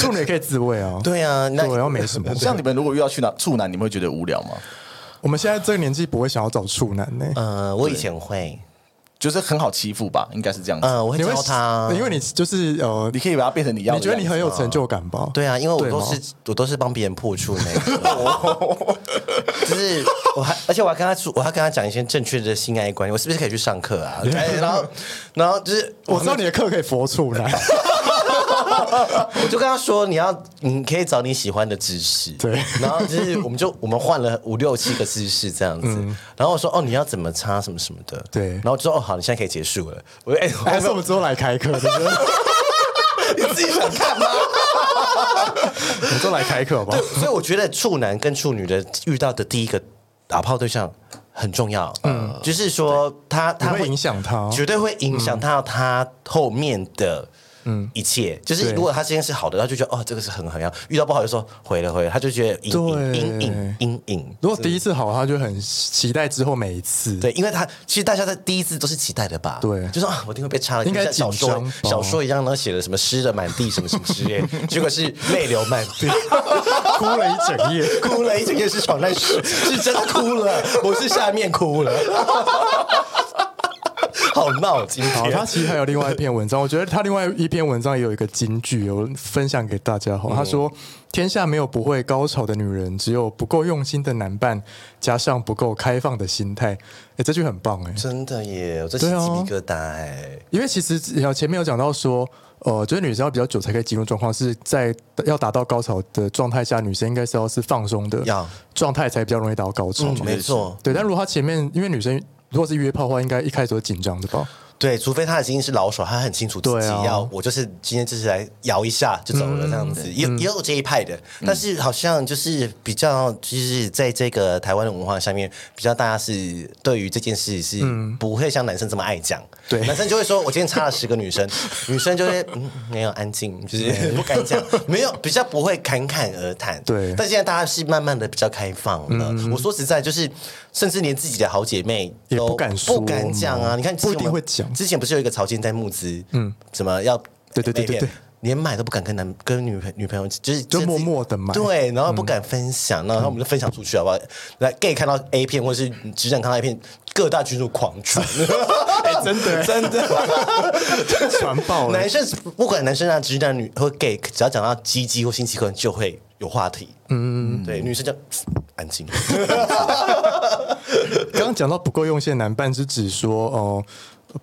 处女也可以自慰啊，
对啊，那
对，然后没什么。
像你们如果遇到去男处男，你们会觉得无聊吗？
我们现在这个年纪不会想要找处男欸呢、
呃，我以前会，
就是很好欺负吧，应该是这样子。
呃，我会
你会啊
教他，
因为你就是呃
你，可以把它变成你要的
你觉得你
样子
很有成就感吧？
对啊，因为我
对
都
吗
是我都是帮别人破处那一个， 就是我还而且我还跟他说，我还跟他讲一些正确的性爱观念，我是不是可以去上课 啊？哎然后然后就是
我知道你的课可以佛处 男，
我就跟他说，你要你可以找你喜欢的姿势，
对
然后就是我们就我们换了五六七个姿势这样子，然后我说哦你要怎么擦什么什么的，
嗯对
然后就说哦好，你现在可以结束了，我 就哎，我
还是我们之后来开课？对不对
你自己想看吗？
我们之后来开课好不好？
所以我觉得处男跟处女的遇到的第一个打炮对象很重要，嗯，就是说他他
你会影响他啊哦嗯
绝对会影响到他后面的一切。就是
对
如果他今天是好的，他就觉得哦，这个是很很要；遇到不好就说回了回了，他就觉得阴影
对
阴影阴影。
如果第一次好，他就很期待之后每一次。，
对，因为他其实大家在第一次都是期待的吧？
对
就说啊，我一定会被插了，
应该
就像小
紧张
说
吧
小说一样，然后写了什么湿的满地什么什么之类， 结果是泪流满地，
哭了一整夜。
哭了一整夜是床上是是真的哭了，不是下面哭了， 好闹今
好，
天
他。其实还有另外一篇文章，我觉得他另外一篇文章也有一个金句，我分享给大家
嗯
哈。他说：“天下没有不会高潮的女人，只有不够用心的男伴，加上不够开放的心态。”哎，这句很棒哎，
真的耶，我这起鸡
对
皮
啊
疙瘩哎、
因为其实呃前面有讲到说，呃，就是女生要比较久才可以进入状况，是在要达到高潮的状态下，女生应该是要是放松的
要嗯
状态才比较容易达到高潮嘛。
没错，
对，但如果她前面因为女生如果是约炮的话，应该一开始都紧张的吧？
对，除非他已经是老手，他很清楚自
对
己
啊嗯
要，我就是今天就是来摇一下就走了这样子，也也有这一派的，但是好像就是比较就是在这个台湾的文化下面，比较大家是对于这件事是不会像男生这么爱讲，
嗯对
男生就会说我今天插了十个女生，女生就会嗯没有安静， 就是不敢讲，没有比较不会侃侃而谈，
对嗯
但现在大家是慢慢的比较开放了，我说实在就是，甚至连自己的好姐妹
也
都
不敢说
不敢讲啊，
嘛
你看之前
不一定
我们
会讲
之前不是有一个曹健在募资，嗯，怎么要
对对对对
被骗
对
连买都不敢跟男跟女朋女朋友，就是
就默默地买嗯
对，然后不敢分享，然后我们就分享出去好不好？来 gay 看到 A 片或是直男看到 A 片，各大群主狂 传，
真的
真的
传爆了
男生不管男生啊，直男女或 gay，只要讲到鸡鸡或性器官就会有话题，嗯，对，女生就 安静，
刚刚讲到不够用心的男伴，是指说哦、呃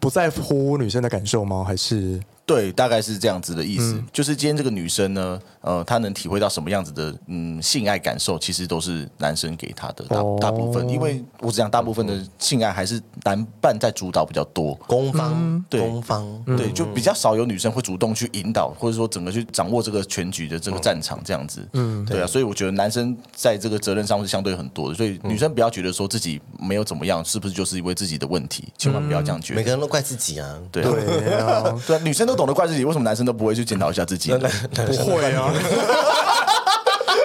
不在乎女生的感受吗？还 是
对，大概是这样子的意思。
嗯
就是今天这个女生呢，呃，她能体会到什么样子的嗯性爱感受，其实都是男生给她的大、
哦
大部分，因为我只讲大部分的性爱还是男伴在主导比较多。
攻
嗯
方，
对
攻方，
对，就比较少有女生会主动去引导，或者说整个去掌握这个全局的这个战场这样子。嗯，对啊，所以我觉得男生在这个责任上是相对很多的，所以女生不要觉得说自己没有怎么样，是不是就是因为自己的问题？千万不要这样觉
每
得。
个人都怪自己啊，
对啊
对啊，
对啊，女生都懂得怪自己，为什么男生都不会去检讨一下自己呢？
不会啊，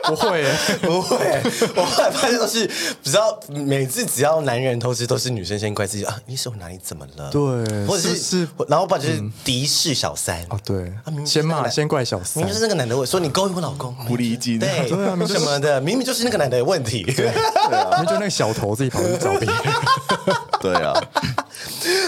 不会、欸，
不会，我后来发现都是，只要每次只要男人偷吃，都是女生先怪自己啊，你手哪里怎么了？
对
或者是
是不
然后把就是敌视小三
哦，对
啊明，明
先
是那
骂
个
先怪小三
明明就，是那个男的问，说你勾引我老 公，
狐狸精
对
对啊明明就是
什么的，明明就是那个男的有问题。
因为就那个小头自己跑去找别人，
对啊，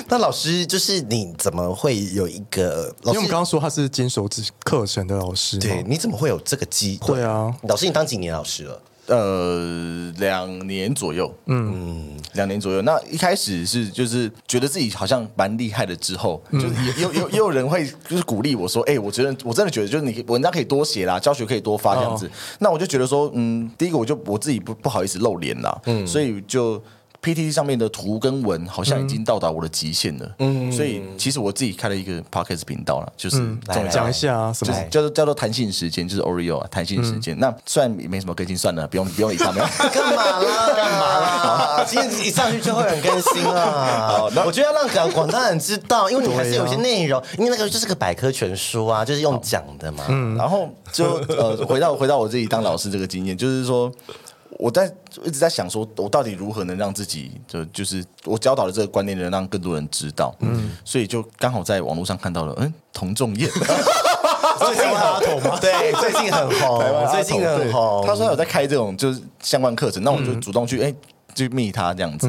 那老师就是你怎么会有一个 老
因为
师
我们刚？刚说他是金手指课程的老师
对，
嘛，
你怎么会有这个机会？
对啊，
老师，你当几年老师了？
呃，两年左右，嗯，两年左右。那一开始是就是觉得自己好像蛮厉害的，之后、就是也有有也有人会就是鼓励我说，哎、我觉得我真的觉得就是你文章可以多写啦，教学可以多发这样子。那我就觉得说，嗯，第一个我就我自己不不好意思露脸啦，嗯，所以就。PTT 上面的图跟文好像已经到达我的极限了，嗯，所以其实我自己开了一个 Podcast 频道了，就是
来
这种
来
讲一下啊什
就
么
是。叫做叫做弹性时间，就是 Oreo 啊，弹性时间。那虽然也没什么更新，算了，不用不用理他们。
干嘛啦？干嘛啦？今天一上去就会很更新啊！我觉得要让广广大人知道，因为你还是有一些内容，因为那个就是个百科全书啊，就是用讲的嘛。
然后就呃，回到回到我自己当老师这个经验，就是说。我在一直在想说，我到底如何能让自己就就是我教导的这个观念能让更多人知道，嗯，所以就刚好在网络上看到了，嗯，童仲 彦，
最近很红，对，最近很红，最近很红。
他说他有在开这种就是相关课程，那我就主动去哎、去密他这样子，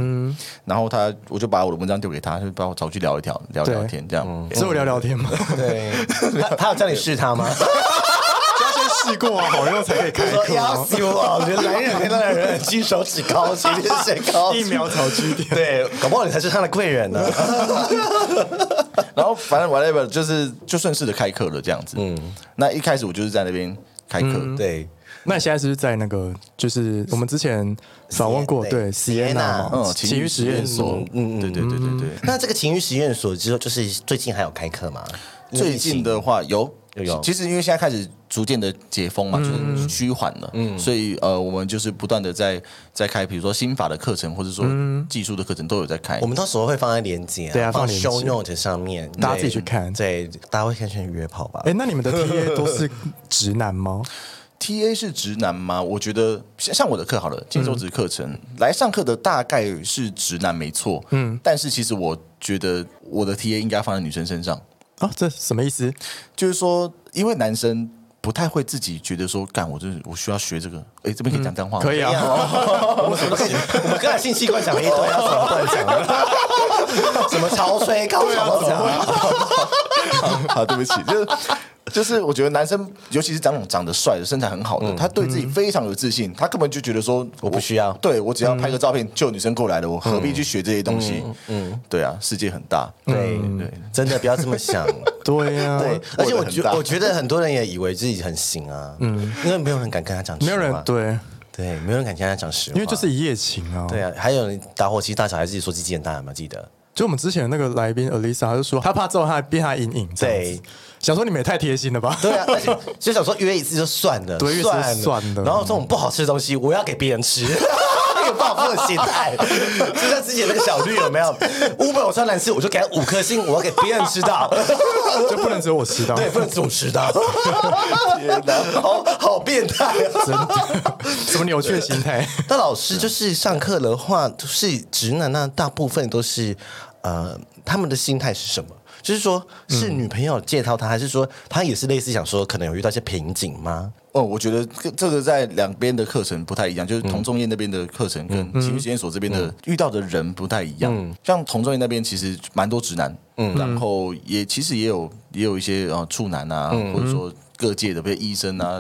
然后他我就把我的文章丢给他，就把我找去聊一聊聊聊
对
天这样，嗯
只有聊聊 天嘛，
对，他他有叫你试他 吗？
要先试过啊，好用才可以开
说
课
要
啊，
死我！我觉得男人没男人，金手指高，前面谁高？
一秒草据点，
对，搞不好你才是他的贵人 呢。
然后反正 whatever 就是就顺势的开课了这样子。嗯，那一开始我就是在那边开课，
对，
那你现在是不是在那个，就是我们之前访问过，
Sienna，
对
对
Sienna
嗯
嘛，，
情
情
欲
欲
实
实
验
验
所
所，，
嗯对对对对对。
那这个情欲实验所之后，就是最近还有开课吗？
最近的话有
有有
其实因为现在开始逐渐的解封嘛，就是趋缓了，所以呃，我们就是不断的在在开，比如说心法的课程，或者说技术的课程都有在开
我。们到时候会放在连接、啊，
对啊
放
放连结
show note 上面，
大家自己
对
去看
对，大家会看去约炮吧？
哎、那你们的 TA 都是直男吗？
T A 是直男吗？我觉得像像我的课好了，金手指课程、来上课的大概是直男没错，嗯，但是其实我觉得我的 T A 应该放在女生身上，
啊，这什么意思？
就是说，因为男生不太会自己觉得说，干我就是我需要学这个，哎，这边可以讲脏话吗、
可以
一 样
啊，
哦我们什么都可以，我们刚才性器官讲了一堆，要什么不能讲 的？什么潮吹、高潮都讲啊。
啊，对不起，就是就是，我觉得男生，尤其是长长得帅的、身材很好的，他对自己非常有自信，他根本就觉得说我
不需要
对我只要拍个照片就有女生过来了，我何必去学这些东西？嗯，对啊，世界很大，
对
嗯
对，
真的不要这么 想。
对啊呀、
对，而且我
很
觉
大
我觉得很多人也以为自己很行啊，嗯，因为没有人敢跟他讲实话，
没有人对，
对，没有人敢跟他讲实话，
因为就是一夜情啊。
对啊，还有人打火机大小还自己说自己很大，有没有记得？
就我们之前那个来宾 Alisa，他就说他怕之后他变他阴影，
对，
想说你们也太贴心了吧？
对啊，而且就想说约一次就算了，
对约一次就
算了，
算了
然后这种不好吃的东西，我要给别人吃。 那个报复的心态， 就像之前那个小绿有没有？五本我超难吃，我就给他五颗星，我要给别人吃 到，
就不能只有我吃到。
对，不能总吃到。天哪，好好变态啊！
真的，什么扭曲的心态？
那老师就是上课的话，就是直男那大部分都是呃，他们的心态是什么？就是说，是
嗯
女朋友介绍他，还是说他也是类似想说，可能有遇到一些瓶颈吗？
哦，我觉得这这个在两边的课程不太一样，就是同众业那边的课程跟情绪实验所这边的遇到的人不太一样。像同众业那边其实蛮多直男，然后也其实也有也有一些呃处男啊，或者说各界的，比如医生啊、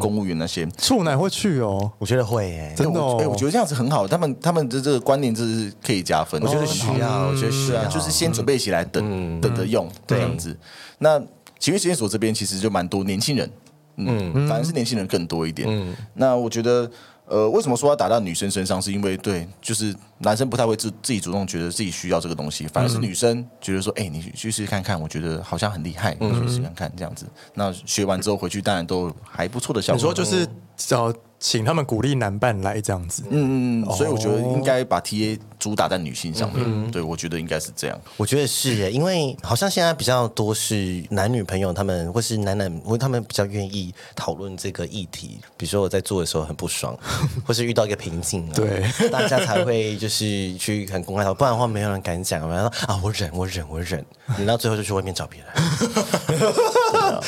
公务员那些。
处男会去哦，
我觉得会耶、
真的哦
哎，我觉得这样子很好，他们他们的这个观念就是可以加分，哦
我觉得
很好
需要，我觉得需
是
要，嗯
啊，就是先准备起来，等等着用这样子。那情绪实验所这边其实就蛮多年轻人，嗯，反而是年轻人更多一点。
嗯
那我觉得。呃，为什么说要打到女生身上？是因为对，就是男生不太会自自己主动觉得自己需要这个东西，反
嗯
而是女生觉得说，哎、你去试试看看，我觉得好像很厉害，你去试
嗯
试看看这样子。那学完之后回去，当然都还不错的效果。
你说就是呃，请他们鼓励男伴来这样子。
嗯，嗯嗯，所以我觉得应该把 TA 主打在女性上面。对，我觉得应该是这样。
我觉得是耶，因为好像现在比较多是男女朋友，他们或是男男，或他们比较愿意讨论这个议题。比如说我在做的时候很不 爽，或是遇到一个瓶颈、啊，
对，
大家才会就是去很公开讨论，不然的话没有人敢讲。然后啊，我忍，我忍，我忍，忍到最后就去外面找别 人，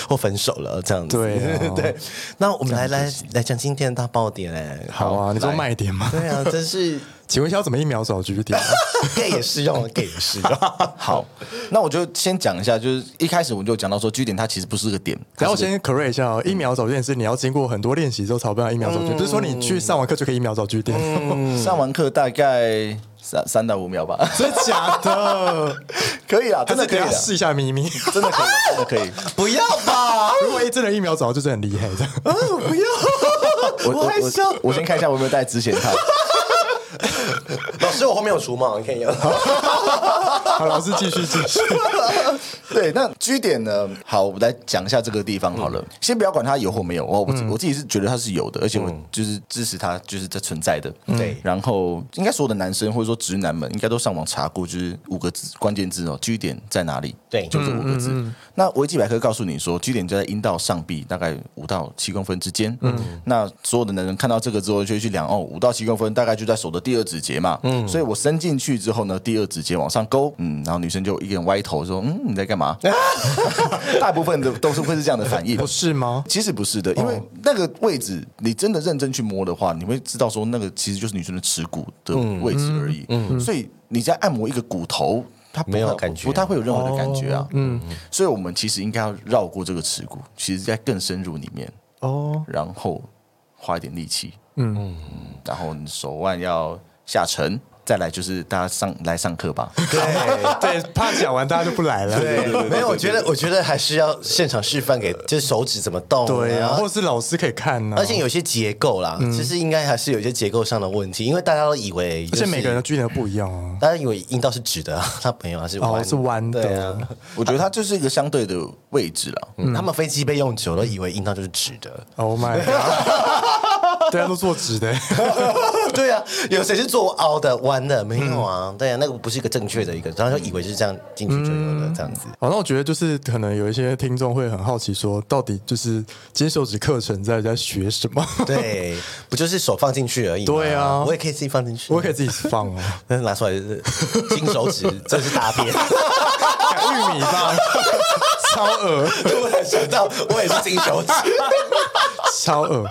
或分手了这样子。
对啊
对，那我们来来来讲今天的大爆点哎。
好啊，你说卖点吗？
对啊，真 是
请问一下，要怎么一秒找啊局点？
gay 也适用，gay 啊也适用。
好，那我就先讲一下，就是一开始我们就讲到说，据点它其实不是个点，
然后
它是个
先 correct 一下哦，一秒找点是你要经过很多练习之后才有办法一秒找局，不是说你去上完课就可以一秒找局点，
上完课大概三三到五秒 吧，
真的假 的？
可以啦，啊 真的可以
还是等一下，
啦
试一下咪 咪。
真的可以，真的可以。
不要吧，
如果一真的一秒找到就是很厉害 的，
不要。
我我
害羞
我我先看一下我有没有带止血套。
老师，我后面有除毛，你看一下。
好，老师继续继续。
对，那据点呢？好，我来讲一下这个地方好了。先不要管它有或没有，我我自、我自己是觉得它是有的，而且我就是支持它，就是这存在的。
对
然后应该所有的男生或者说直男们，应该都上网查过，就是五个字关键字哦，据点在哪里？
对
就这五个字。那维基百科告诉你说，据点就在阴道上壁大概五到七公分之间。嗯，那所有的男人看到这个之后，就会去量哦，五到七公分大概就在手的第二指节嘛。嗯，所以我伸进去之后呢，第二指节往上勾，嗯，然后女生就一个人歪头说，嗯，你在干嘛？ 大部分的都是会是这样的反应。
不是吗？
其实不是的，因为那个位置，你真的认真去摸的话，你会知道说那个其实就是女生的耻骨的位置而已。所以你在按摩一个骨头，它不会
没有感觉
不太会有任何的感觉啊。嗯，所以我们其实应该要绕过这个耻骨，其实在更深入里面，
哦，
然后花一点力气。嗯，然后你手腕要下沉，再来就是大家上来上课吧。
哎对对，怕讲完大家就不来了。啊
对，没有，我觉得我觉得还是要现场示范给，就是手指怎么动，
对
然
啊，嗯
后
或者是老师可以看呢、啊
而且有些结构啦，其实应该还是有一些结构上的问题，因为大家都以为、
而
就是，
且每个人的距离都不一样啊。
大家以为阴道是直的、啊，他没有，他是弯
哦，是弯
对
的
啊，
我觉得它就是一个相对的位置了。
嗯
他们飞机杯用久了，以为阴道就是直 的。
，Oh my god！对啊，都坐直的，
对啊，有谁是做凹的、弯的？没有
嗯
啊，对啊，那个不是一个正确的一个，然后就以为是这样进去就有
嗯
了，这样子。
好，那我觉得就是可能有一些听众会很好奇，说到底就是金手指课程在在学什么？
对，不就是手放进去而已吗？
对啊
我也可以自己放进去，
我也可以自己放哦，
但是 拿出来就是金手指， 这是大便。
改玉米棒，超恶
突然想到，我也是金手指。
超恶，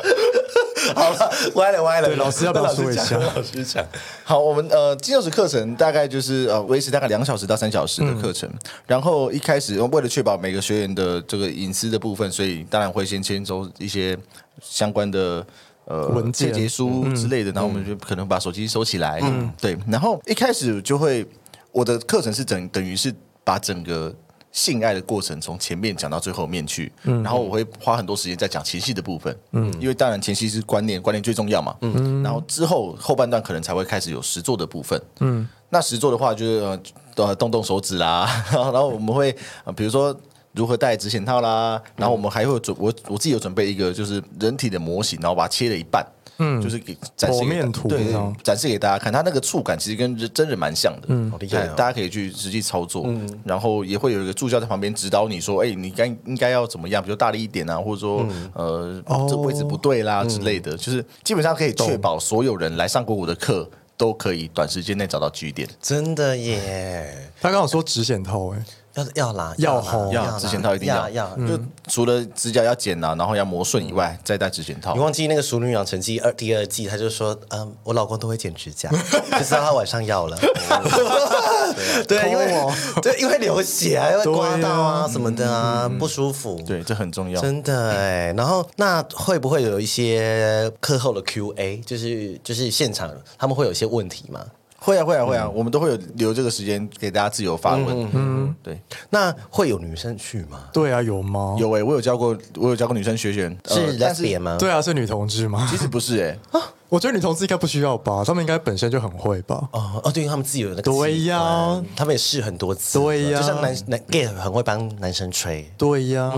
好了，歪了歪了。
对老师要不要说一下
跟老师讲，
好，我们呃金手指课程大概就是呃维持大概两小时到三小时的课程，然后一开始呃为了确保每个学员的这个隐私的部分，所以当然会先签收一些相关的。呃，
文件
切结书之类的，然后我们就可能把手机收起来，对。然后一开始就会，我的课程是整等于是把整个性爱的过程从前面讲到最后面去，然后我会花很多时间在讲前戏的部分，嗯，因为当然前戏是观念，观念最重要嘛，嗯，然后之后后半段可能才会开始有实作的部分，嗯，那实作的话就是呃呃动动手指啦， 然后然后我们会、呃比如说。如何戴指显套啦，然后我们还会有准我我自己有准备一个就是人体的模型，然后把它切了一半，嗯，就是给展示给
剖面图
对
这样，
展示给大家看，它那个触感其实跟人真人蛮像的，嗯，
好厉害哦
大家可以去实际操作，
嗯
然后也会有一个助教在旁边指导你说，哎、你该应该要怎么样，比如大力一点啊，或者说、
哦
呃，这位置不对啦、之类的，就是基本上可以确保所有人来上过我的课都可以短时间内找到据点。
真的耶，
他刚好说指显套、哎，
要要啦，
要
啦
吼
啦
要指嗯显套一定要，
要。
就除了指甲要剪啊，然后要磨顺以外，再戴指显套
你。忘记那个《熟女养成记》二第二季，他就说，嗯，我老公都会剪指甲，就知道他晚上要了。啊对，因
抠哦
为对，因为流血啊，因为刮到啊什么的啊，不舒服。
对，这很重要。
真的
嗯
哎，然后那会不会有一些课后的 Q&A，就是就是现场他们会有一些问题吗？
会啊，会啊，会啊，我们都会有留这个时间给大家自由发问。嗯，对，
那会有女生去吗？
对啊，有吗？
有诶、我有教过，我有教过女生学员，呃
是
但是
lesbian 吗？
对啊，是女同志吗？
其实不是诶、
我觉得女同志应该不需要吧，她们应该本身就很会吧。
哦哦，对，因为他们自己有那个
对
器
呀
官他们也试很多次，
对呀
就像男男 gay 很会帮男生吹，
对呀、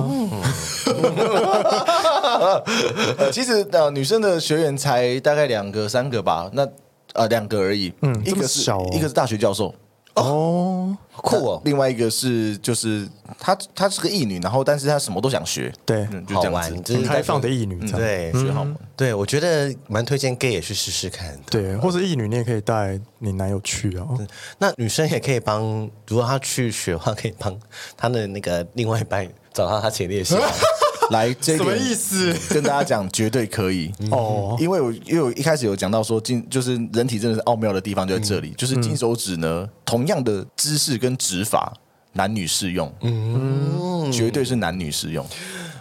呃，其实呃，女生的学员才大概两个、三个吧，那呃两个而已。嗯一
这么
个是
小哦
一个是大学教授，
哦，
酷哦，
另外一个是就是她她是个异女，然后但是她什么都想学，
对
嗯就
好
这样子
玩，。就是
很开放的异女嗯这样。
对嗯
学好玩
对，我觉得蛮推荐 gay 也去试试看的。
对，或是异女，你也可以带你男友去啊。
嗯那女生也可以帮，如果她去学的话，可以帮她的那个另外一半找到她前列 腺。
来，这一
什么
点
意思？
跟大家讲，绝对可以。
哦，
因为我因为我一开始有讲到说金就是人体真的是奥妙的地方就在这
嗯
里，就是金手指呢，同样的姿势跟指法，男女适用，嗯，绝对是男女适用。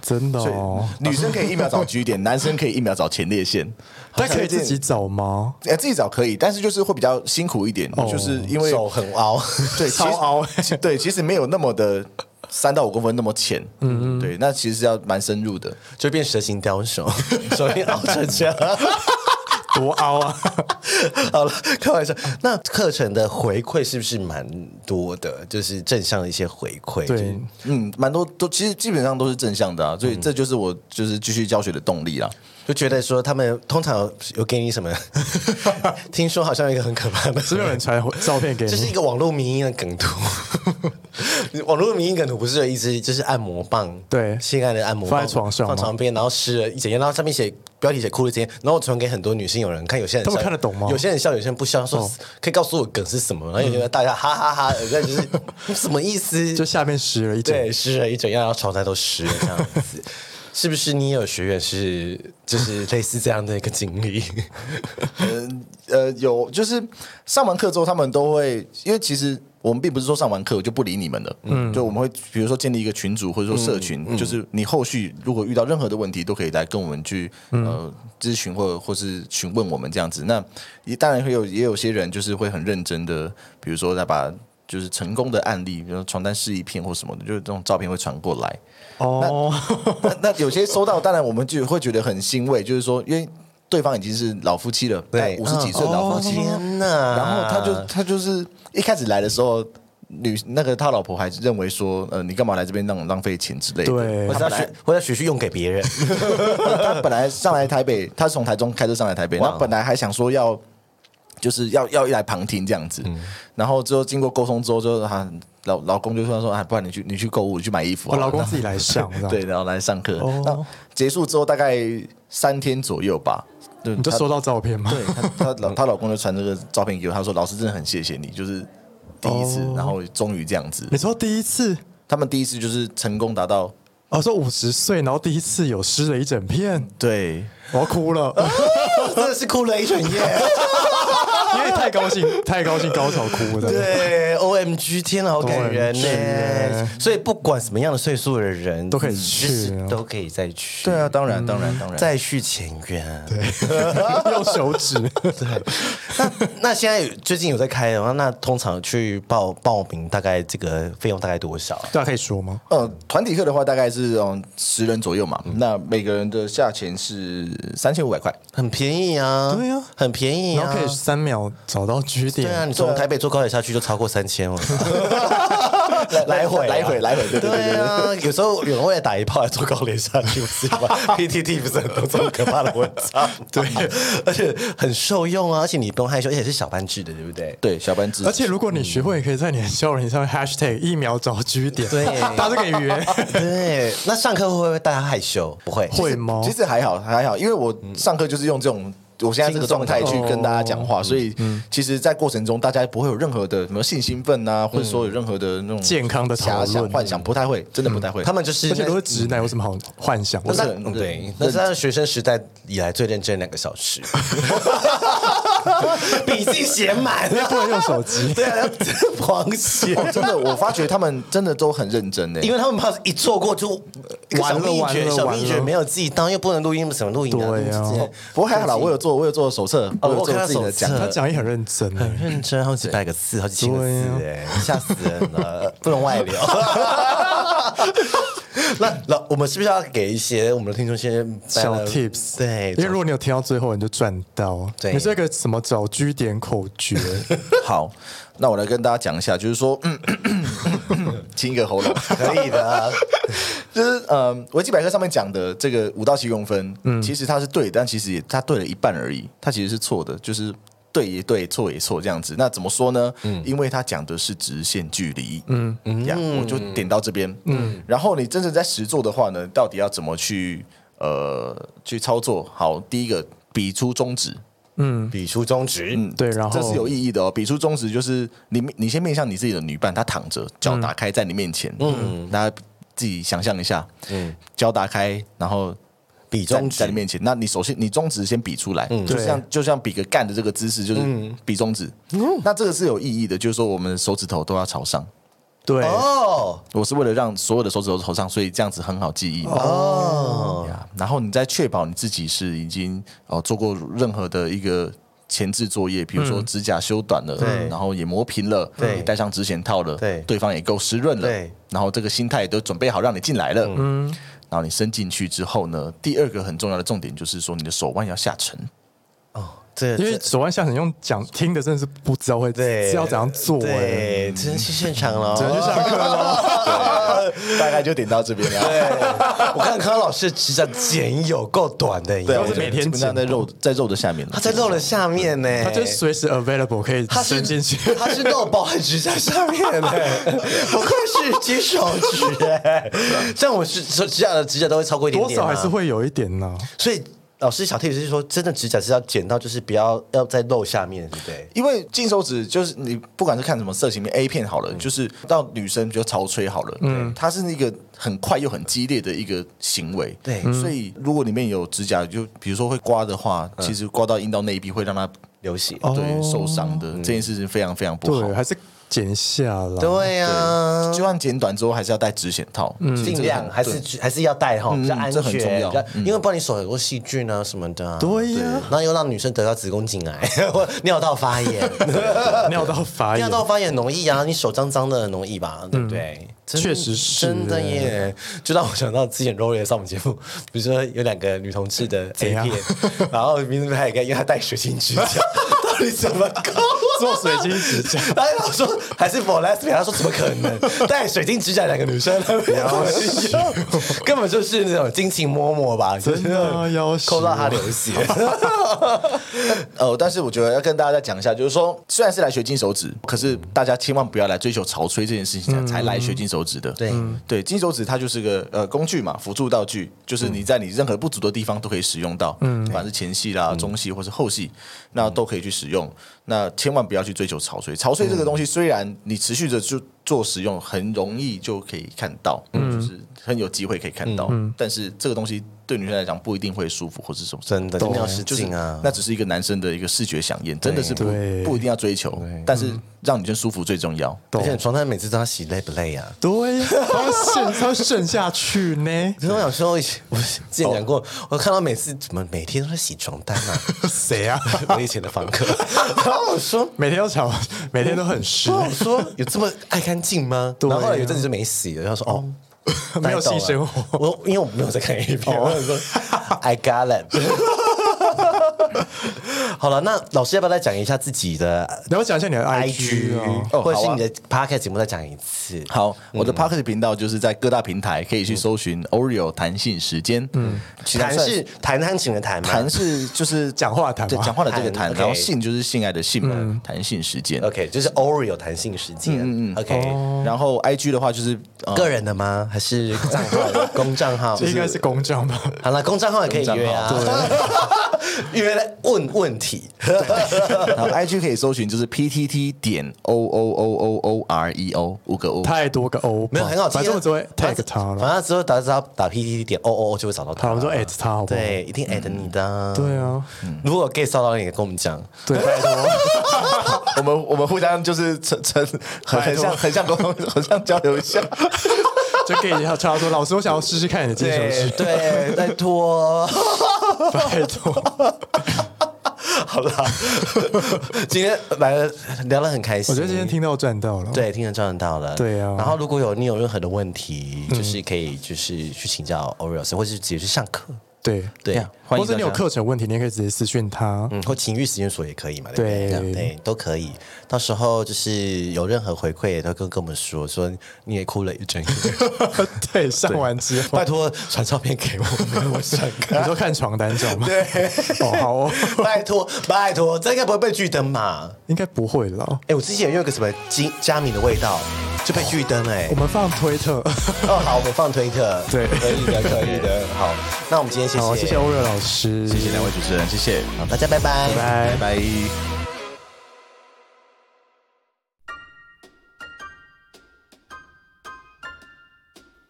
真的
所
哦。
以女生可以一秒找 G 点，男生可以一秒找前列腺。
但可以自己找吗？
哎，自己找可以，但是就是会比较辛苦一点，就是因为
手很凹，
对
哦超凹
其实对，其实没有那么的三到五公分那么浅，嗯，对，那其实要蛮深入的。
就变蛇形刁手， 手变凹成这样。
多凹啊！
好了，开玩笑。那课程的回馈是不是蛮多的？就是正向的一些回馈。就是
对，
嗯，蛮多都其实基本上都是正向的啊，所以
嗯
这就是我就是继续教学的动力啦。
就觉得说他们通常有有给你什么？ 听说好像有一个很可怕的，
是不是有人传照片给
这是一
你？
个网络迷因的梗图。 网络迷因梗图不是有一只就是按摩棒，
对
性爱的按摩棒
放在床上吗
放床边，然后湿了一整夜，然后上面写标题写哭了一整夜，然后我传给很多女性友人看，有些人
他们
笑
看得懂吗哦嗯
有些人笑，有些人不笑，说、可以告诉我梗是什么，然后有些人大家哈哈哈有些人就是 你什么意思？
就下面湿了一整。
对，湿了一整夜，然后床单都湿了这样 子。是不 是你也有学员是就是类似这样的一个经历？
嗯，呃，有就是上完课之后，他们都会，因为其实我们并不是说上完课我就不理你们了，嗯，就我们会比如说建立一个群组或者说社群，就是你后续如果遇到任何的问题，都可以来跟我们去呃咨询或或是询问我们这样子。那也当然会有也有些人就是会很认真的，比如说他把。就是成功的案例，比如说传单示意片或什么的，就是这种照片会传过来。
哦，
那那有些收到，当然我们就会觉得很欣慰，就是说，因为对方已经是老夫妻了，哎
对哦
五十几岁的老
哦
夫妻，
天哪！
然后他
啊
就他就是一开始来的时候，女那个他老婆还认为说，呃，你干嘛来这边让我浪费钱之类的。
对
我是要学，我要学去用给别人。
他本来上来台北，他是从台中开车上来台北，
哇
那本来还想说要就是要要一来旁听这样子，
嗯
然后之后经过沟通之后，就他老老公就说说，啊，不然你去你去购物，你去买衣服好
我哦
了。
老公
然后
自己来上，这样
对，，然后来上课。
哦
那结束之后大概三天左右吧，对
你就
他
收到照片吗？
对她她老她老公就传这个照片给我，他说：“老师真的很谢谢你，就是第一次，
哦
然后终于这样子。
你说第一次，
他们第一次就是成功达到，
哦，说五十岁，然后第一次有湿了一整片，
对，
我要哭 了，
真的是哭了一整夜。
因为太高兴，太高兴，高潮哭的。，
对，O M G，天哪，好感人
OMG 耶
呢！所以不管什么样的岁数的人，
都可以
其
去
实
啊
都可以再去，
对啊，当然，当然，当然，
再续前缘。对，
用手指，
那那现在有最近有在开的话，那通常去报报名，大概这个费用大概多少？
大家可以说吗？
呃，团体课的话大概是嗯十人左右嘛，
嗯
那每个人的价钱是三千五百块，
很便宜啊，
对啊
很便宜
然后
啊
可以。三秒找到据
对啊，
点，
你从台北坐高铁下去就超过三千了，来回啊
来回来回，对对对
对啊，有时候有人为了打一炮来做高连下去，不是吗？PTT 不是很多这种可怕的文章，对，而且很受用啊，而且你不用害羞，而且是小班制的，对不对？
对，啊小班制，
而且如果你学会，也可以在你的校园上面 hashtag 一秒找据点，
嗯对
大家都可以约。
对，那上课会不会大家害羞？不会，
会吗？
其实还好还好，因为我
嗯
上课就是用这种。我现在这个状态去跟大家讲
哦
话，所以
嗯
其实，在过程中大家不会有任何的什么性兴奋啊，或者说有任何的那种
嗯健康的讨
遐想、
论嗯
幻想，不太会，真的不太会。
他们就是
而且都是直男，有什么好幻想？
那
是
那
很
对
认，
那是他学生时代以来最认真的两个小时，笔记写满了，
不能用手 机
对啊，狂写。
哦真 的，我发觉他们真的都很认真欸呢。
因为他们怕一错过就呃一个
完
小
了
秘
完
诀，
了
小
完
秘诀
了
没有记当，又不能录音，什么录音啊？
对啊
录音之间
不过还好啦，我有做，我有做手册，
哦
我有
我看
做
到
自己的
手册
讲
他讲也很认真 欸，
很认真，好几百个字，好几千个字，
对
哎，吓死人了，不能外流。 那老，我们是不是要给一些我们的听众一些
小 tips。
对，
因为如果你有听到最后，你就赚到。
对
你是一个什么找据点口诀？
好，那我来跟大家讲一下，就是说，嗯， 清一个喉咙，
可以的啊，
就是呃，维基百科上面讲的这个五到七公分，其实它是对的，但其实也它对了一半而已，它其实是错的，就是对也对，错也错这样子。那怎么说呢？因为它讲的是直线距离，嗯嗯，呀，我就点到这边，嗯，然后你真正在实做的话呢，到底要怎么去呃去操作？好，第一个比出中指，
笔出中指，
对，然后
这是有意义的哦。比出中指就是你你先面向你自己的女伴，她躺着，脚打开在你面前，嗯，大家自己想象一下，嗯，脚打开，然后
比
在
中
在你
指，
面前，那你首先你中指先比出来，就
对
像就像比个干的这个姿势，就是比中指，那这个是有意义的，就是说我们手指头都要朝上。
对
哦
我是为了让所有的手指头朝上，所以这样子很好记忆嘛。
哦，
呀然后你再确保你自己是已经哦做过任何的一个前置作业，比如说指甲修短了，
对
然后也磨平了，
对
你戴上指显套了，
对
对方也够湿润了，
对，
然后这个心态也都准备好让你进来了，嗯，然后你伸进去之后呢，第二个很重要的重点就是说你的手腕要下沉，
哦，这
因为手腕下沉用讲听的，真的是不知道会
对
知道怎样做哎。
对，只能去现场了，哦
只能去上课了，
大概就点到这边了。
哎我看康老师指甲剪有够短的， 你
对，我
知道
觉
吗
得
每天
基本上在肉在肉的下面了，
他在肉的下面呢，
它就是随时 available 可以
他是
伸进去。
他是肉包在指甲下面 呢，不愧是金手指哎，像我是手指甲的指甲都会超过一点
多
点
少
啊，
还是会有一点呢、
所以。老师小 tips 是说，真的指甲是要剪到，就是不要要在肉下面，对不对？
因为金手指就是你不管是看什么色情片 A 片好了，就是到女生就潮吹好了，嗯，它是那个很快又很激烈的一个行为，
对
所以如果里面有指甲，就比如说会刮的话，其实刮到阴道内壁会让它
流血。
哦
对受伤的这件事情非常非常不好
对，。还是剪下了。
对啊呀、
对，就算剪短之后，还是要戴止血套，所以
嗯尽
嗯这个
量
很
还是
对嗯
去还是要戴哈，比较安
这很
全，
重要嗯
比较因为不然你手有很多细菌啊什么的、啊。
对呀，
然后又让女生得到子宫颈癌 或尿道发 炎，
尿道发
尿，
炎
道发炎很容易啊，你手脏脏的很容易吧，对不对？真
嗯确实是
真的耶，就让我想到之前 Rory 上我们节目， 比如说有两个女同志的 A
样
片， 然后名字还给因为她戴水晶指甲，到底怎么搞？
做水晶指甲。
然后我说还是 for lesbian，他说怎么可能 戴水晶指甲两个女生，根本就是那种尽情摸摸吧，真
真的要死
抠到他流 血。
呃，但是我觉得要跟大家再讲一下，就是说，虽然是来学金手指，可是大家千万不要来追求潮吹这件事情才、才来学金手指的。
对嗯
对，金手指它就是个呃工具嘛，辅助道具，就是你在你任何不足的地方都可以使用到，嗯，不管是前戏啦、中戏或是后戏，那都可以去使用。那千万不要去追求潮吹，潮吹这个东西虽然你持续着就做使用，很容易就可以看到，就是很有机会可以看到，但是这个东西对女生来讲不一定会舒服或是什么。
真的，一定要失
就是
禁啊！
那只是一个男生的一个视觉响应，真的是不
对嗯
不一定要追求，但是让女生舒服最重要。
而且床单每次都要洗累不累啊？
对呀，还要渗，还要渗下去呢。
其实我想说，以前我之前讲过，我看到每次怎么每天都在洗床单啊？
谁啊？
我以前的房客，然后我说。
每天要吵，每天都很 湿
然，后我说有这么爱干净吗？
对
然
啊
后后来有一阵子就没洗了，然后说哦，
没有
呆到
性
了
生活。
我因为我没有在看 A 片，我想说 I got it。好了，那老师要不要再讲一下自己的
然后讲一下你的
IG，
IG 哦，
哦
或者是
好啊
你的 Podcast 节目再讲一次？
好，
嗯
我的 p o c k e t 频道就是在各大平台可以去搜寻 Oreo 弹性时间，嗯，
谈是谈弹琴的谈吗
弹是就是
讲话谈嗯哦
对
吗
讲话的这个弹，
弹，OK
然后性就是性爱的性嘛，弹性时间。
？OK，就是 Oreo 弹性时间。OK，
然后 IG 的话就是呃
个人的吗？还是账号的公账号？
哦 这应该是公账吧？
好了，公账号也可以约啊。 约来问问题，
然后 IG 可以搜寻就是 PTT 点 O O O O O R E O 五个 O，
太多个 O，
没有很好记啊。
反正我只会
反
tag
正
他
反
了。
正之后打打打 P T T 点 O O O 就会找到他。
好，我们就 at 他好不好？
啊对，一定 at 你的啊。
对啊，
如果 get 到到你，也跟我们讲。
对，拜托，
我们我们互相就是成成很很像很像沟通，很像交流一下。
就给你差不多。老师，我想要试试看你的金手指，
对，拜托。
拜托。
好啦，今天来了聊得很开心。
我觉得今天听到赚到了。
对，听得赚到了。
哦对啊
然后如果有你有任何的问题，就是可以就是去请教 Orios，或是直接去上课。
对
对
呀
或
欢迎
者你有
大家
课程问题，你也可以直接私讯他。
嗯，或情欲实验所也可以嘛，对不对？
对
对，都可以。到时候就是有任何回馈，也都跟跟我们说，说你也哭了一整夜，
对，上完之后
拜，托传照片给我们，我想
你
看。
说看床单照吗？对， 哦，好哦，
拜托，拜托，这应该不会被拒登吧？
应该不会了。
哎、我之前也有个什么金加米的味道就被拒登哎、
我们放推特。
哦，好，我们放推特，
对
可以的，可以的。好，那我们今天谢谢，
好，谢谢欧瑞老师，
谢谢两位主持人，谢谢，
好，大家拜拜，拜
拜
拜。拜。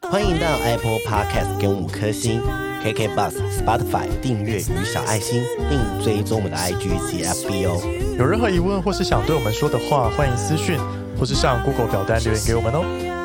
欢迎到 Apple Podcast 给我们五颗星，KK Bus、Spotify 订阅与小爱心，并追踪我们的 IG 及 FB 哦。
有任何疑问或是想对我们说的话，欢迎私讯或是上 Google 表单留言给我们哦。